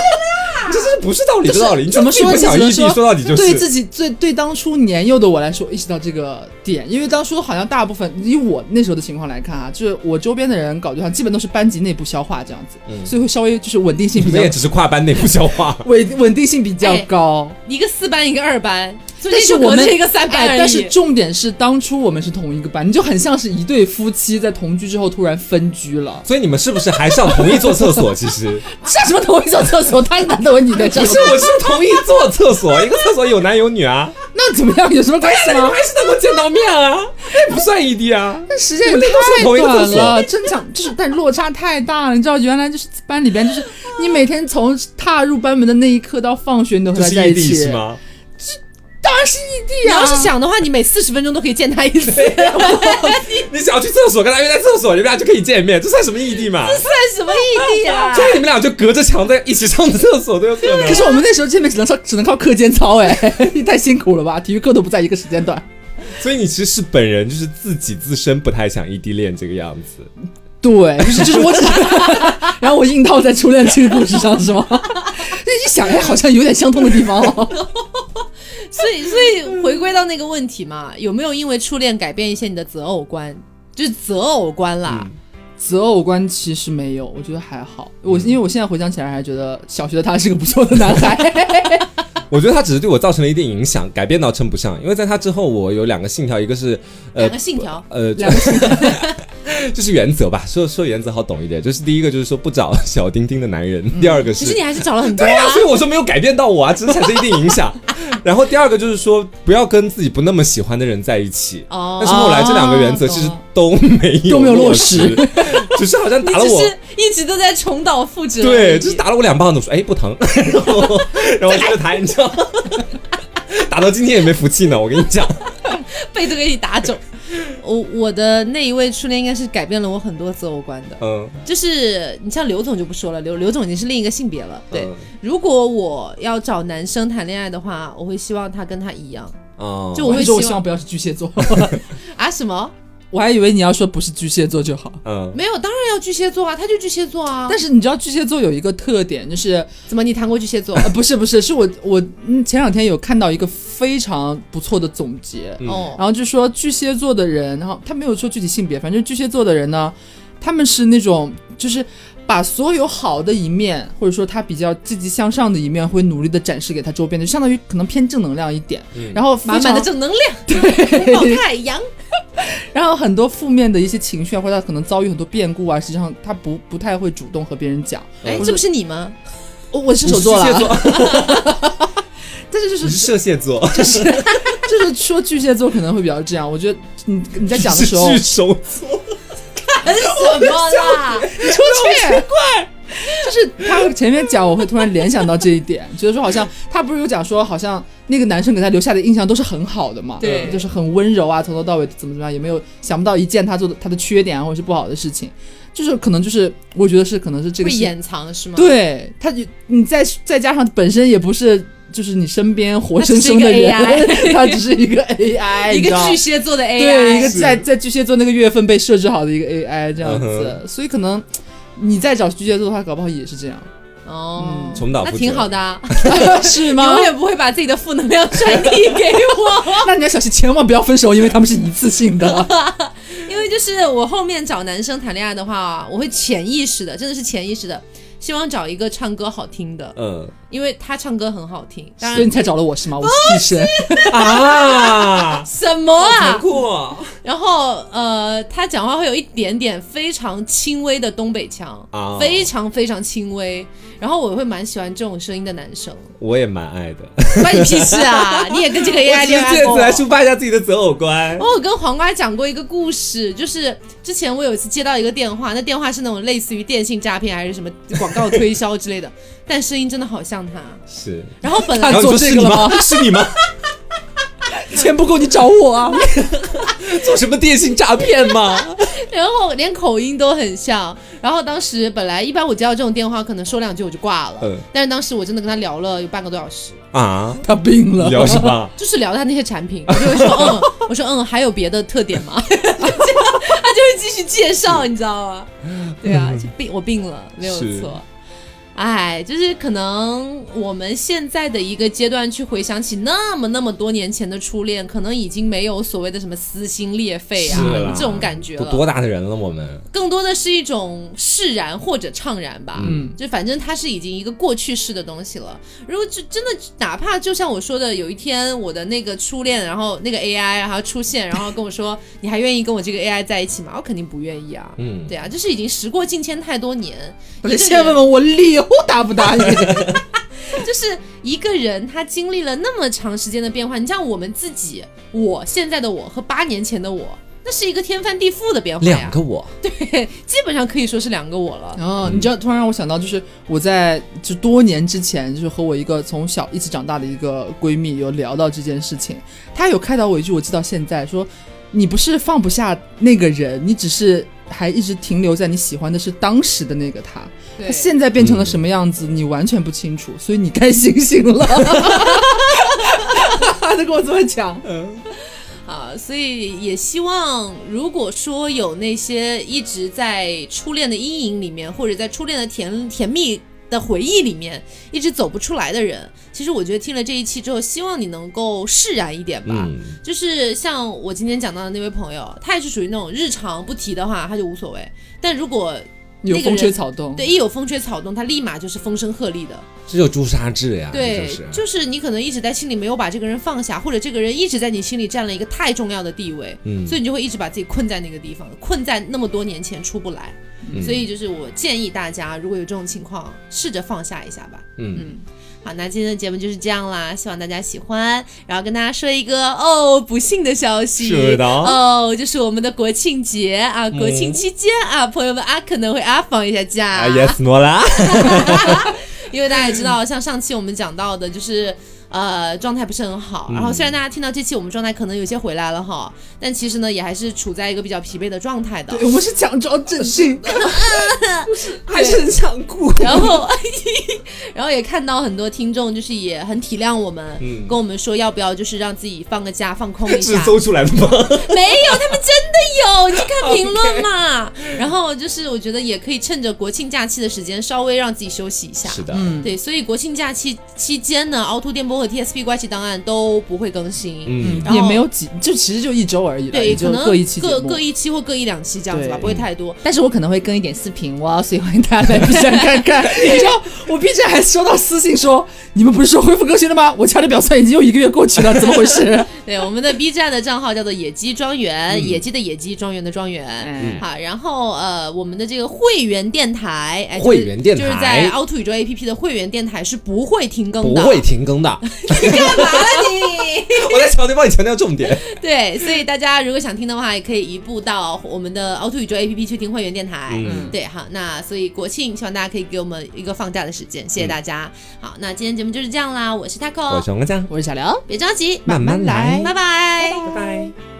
这是不是道理就道理，你就
怎么
自己
说
不
呢
想异
只能
地，
说
说到底就是
对自己最对当初年幼的我来说，意识到这个点，因为当初好像大部分以我那时候的情况来看啊，就是我周边的人搞对象，基本都是班级内部消化这样子，
嗯
所以会稍微就是稳定性
你
比
们
较
也只是跨班内部消化。
稳稳定性比较
哎
高。
一个四班，一个二班，中
但
间
是
就
我
隔
们
着一个三班而
哎
已。
但是重点是当初我们是同一个班，你就很像是一对夫妻在同居之后突然分居 了。
所以你们是不是还上同一座厕 所？其实
上什么同一所厕所？他是男的，我是女的，这
不是，我是同一座厕所，一个厕所有男有女啊，
那怎么样？有什么 关系
但你
吗
们？还是能够见到面啊，那不算异地 啊。
但时间也
你们都是
太
同一个
短
厕所
了，真想就是，但落差太大了。你知道，原来就是班里边，就是你每天从踏入班门的那一刻到放学，你都和
这
他
是
在
异
一
地
起，
是？吗？
当然是异
你
地啊！
要是想的话，你每四十分钟都可以见他一 次，算
你想要去厕所，跟他约在厕所，你们俩就可以见面，这算什么异地嘛？
什么异地 啊
所？以你们俩就隔着墙在一起上厕所都有可能
可。是我们那时候见面只能靠只能靠课间操，哎， 你太辛苦了吧？体育课都不在一个时间段。
所以你其实是本人就是自己自身不太想异地恋这个样子。
对，就是就是我只， 然后我硬套在初恋这个故事上是吗？这一想，哎，好像有点相通的地方哦。
所以，所以回归到那个问题嘛，有没有因为初恋改变一些你的择偶观？就是择偶观啦，
嗯
择偶观其实没有，我觉得还好。
嗯
我因为我现在回想起来，还觉得小学的他是个不错的男孩。
我觉得他只是对我造成了一定影响，改变到称不上。因为在他之后，我有两个信条，一个是呃
两个信条。
呃，
两个
就是原则吧，说说原则好懂一点。就是第一个就是说不找小丁丁的男人，第二个
其
是
实你还是找了很多
对呀、
啊
所，以我说没有改变到我啊，只是产生一定影响。然后第二个就是说不要跟自己不那么喜欢的人在一起。
哦
但是后来这两个原则
懂
其实
了
都没有
都没有
落
落实，
只是好像
你
打了
只
我。
是一直都在重蹈覆辙而已。
对，就是打了我两巴掌，我说哎不疼，然后然后接着抬，你知道吗， 打到今天也没服气呢，我跟你讲，
被这个一打 肿。我我的那一位初恋应该是改变了我很多择偶观的，
嗯，
就是你像刘总就不说了，刘刘总已经是另一个性别了。对，
嗯
如果我要找男生谈恋爱的话，我会希望他跟他一样
哦，
就我会
说我
希
希
望
望不要是巨蟹座，
啊？什么？
我还以为你要说不是巨蟹座就
啊
好。
嗯，
没有，当然要巨蟹座啊，他就巨蟹座啊。
但是你知道巨蟹座有一个特点，就是
怎么你谈过巨蟹座？
呃不是不是，是我我嗯前两天有看到一个非常不错的总结，
嗯
哦，
然后就说巨蟹座的人，然后他没有说具体性别，反正巨蟹座的人呢，他们是那种就是把所有好的一面，或者说他比较积极向上的一面，会努力的展示给他周边的，就相当于可能偏正能量一点，
嗯
然后非
满
常
满的正能量，哎拥 抱太阳。
然后很多负面的一些情绪啊，或者他可能遭遇很多变故啊，实际上他不不太会主动和别人讲。哦
哎，
嗯
这不是你吗？
我我射手座
你是巨蟹
了，啊
座，
但是就
你
是
是射蟹座，
就是就是说巨蟹座可能会比较这样。我觉得你你在讲的时候，
是巨手
嗯
什么啦？
出去，怪。就是他前面讲，我会突然联想到这一点，觉得说好像他不是有讲说，好像那个男生给他留下的印象都是很好的嘛，
对
就是很温柔啊，从头到尾怎么怎么样，也没有想不到一件他做的他的缺点啊，或者是不好的事情，就是可能就是我觉得是可能是这个
会
是
掩藏是吗？，
对他就你再再加上本身也不是。就是你身边活生生的人， 他只是一个 AI，
一
你知
个
道吗
巨蟹座的 AI，
对，一个
是
在在巨蟹座那个月份被设置好的一个 AI 这样
嗯
子，所以可能你再找巨蟹座的话，搞不好也是这样，
哦，
嗯
重蹈覆辙
那挺好的、啊，
是吗
永？远不会把自己的负能量传递给我。
那你要小心，千万不要分手，因为他们是一次性的。
因为就是我后面找男生谈恋爱的话，我会潜意识的，真的是潜意识的，希望找一个唱歌好听的，
嗯
因为他唱歌很好听。当
所以
然
你，才找了我是吗？我是替身，
啊，
什么
残
啊？
酷哦，
然后呃，他讲话会有一点点非常轻微的东北腔，
哦
非常非常轻微。然后我会蛮喜欢这种声音的男生，
我也蛮爱的，
关你屁事啊！你也跟这个 AI
我只
恋
是
爱
借
过
此来抒发一下自己的择偶观。
哦我有跟黄瓜讲过一个故事，就是之前我有一次接到一个电话，那电话是那种类似于电信诈骗还是什么广告推销之类的，但声音真的好像他。
是，
然后本
然
来
后你
做
说
这
是
个
你
了
吗？ 是你吗？
钱不够你找我啊！
做什么电信诈骗吗？
然后连口音都很像，然后当时本来一般我接到这种电话，可能说两句我就挂了，
嗯
但是当时我真的跟他聊了有半个多小时，
啊，
他病了，
聊什么？
就是聊他那些产品，我就会说嗯，我说嗯，还有别的特点吗？ 他就会继续介绍，你知道吗？对啊，就病我病了，没有
是
错。哎，就是可能我们现在的一个阶段去回想起那么那么多年前的初恋，可能已经没有所谓的什么撕心裂肺啊
是啦
这种感觉
都
了，
多大的人了，我们
更多的是一种释然或者怅然吧。
嗯，
就反正它是已经一个过去式的东西了。如果就真的，哪怕就像我说的，有一天我的那个初恋，然后那个 AI 然后出现，然后跟我说你还愿意跟我这个 AI 在一起吗？我肯定不愿意啊。
嗯
对啊，就是已经时过境迁太多年，
我得先问问我礼物答不答应。
就是一个人他经历了那么长时间的变化。你像我们自己，我现在的我和八年前的我，那是一个天翻地覆的变化呀
两，个我，
基本上可以说是两个我了。
然后你知道，突然让我想到，就是我在就多年之前，就是和我一个从小一起长大的一个闺蜜有聊到这件事情，她有开导我一句，我记到现在，说你不是放不下那个人，你只是还一直停留在你喜欢的是当时的那个他，
对
他现在变成了什么样子，你完全不清楚，所以你该醒醒了。她就跟我这么讲，
啊，所以也希望，如果说有那些一直在初恋的阴影里面，或者在初恋的甜甜蜜的回忆里面一直走不出来的人，其实我觉得听了这一期之后，希望你能够释然一点吧。
嗯，
就是像我今天讲到的那位朋友，他也是属于那种日常不提的话，他就无所谓。但如果
有
那个
风吹
人
草动，
对一有风吹草动，他立马就是风声鹤唳的。
这就朱砂痣呀，
对，
这就是
就是你可能一直在心里没有把这个人放下，或者这个人一直在你心里占了一个太重要的地位，
嗯
所以你就会一直把自己困在那个地方，困在那么多年前出不来。
嗯
所以就是我建议大家，如果有这种情况，试着放下一下吧。
嗯，
好，那今天的节目就是这样啦，希望大家喜欢。然后跟大家说一个哦不幸的消息，
是的
哦，就是我们的国庆节啊，国庆
嗯
期间啊，朋友们啊可能会啊放一下假，
啊，yes 诺拉，
因为大家也知道，像上期我们讲到的，就是呃状态不是很好。然后
嗯
虽然大家听到这期我们状态可能有些回来了哈，但其实呢也还是处在一个比较疲惫的状态的。
对我们是强装 镇定，还是很想哭。
然后， 然后也看到很多听众就是也很体谅我们，
嗯
跟我们说要不要就是让自己放个假放空一下。
出来的吗？
没有，他们真的有，你去看评 论嘛。然后就是我觉得也可以趁着国庆假期的时间稍微让自己休息一下。
是的，
嗯，
对，所以国庆假期期间呢，凹凸电波和 TSP 怪奇档案都不会更新。
嗯，
然后
也没有几，就其实就一周而已了，
对，
也
可
就
能
各一期节
各
目。
各一期或各一两期这样子吧，
对
不会太多。
但是我可能会更一点视频哇，所以欢迎大家来 B 站 看看。你知道， 我 B 站还收到私信说，你们不是说恢复更新了吗？我家里表算已经又一个月过去了，怎么回事？
对，我们的 B 站的账号叫做野鸡庄园，野鸡的野鸡，庄园的庄 园。
嗯，
好，然后呃，我们的这个会员电台，哎，就是
会员电台
就是在凹凸宇宙 APP 的会员电台是不会停更
不
的，
会停更
嗯
的。
干嘛了 你？
我在强调帮你强调 重点。
对，所以大家如果想听的话，也可以移步到我们的凹凸宇宙 APP 去听会员电台。
嗯
对，好，那所以国庆希望大家可以给我们一个放假的时间，
嗯
谢谢大家。好，那今天节目哦就是这样啦，我是 Taco，
我是王家，
我是小梁。
别着急，
慢慢来
拜拜
拜拜。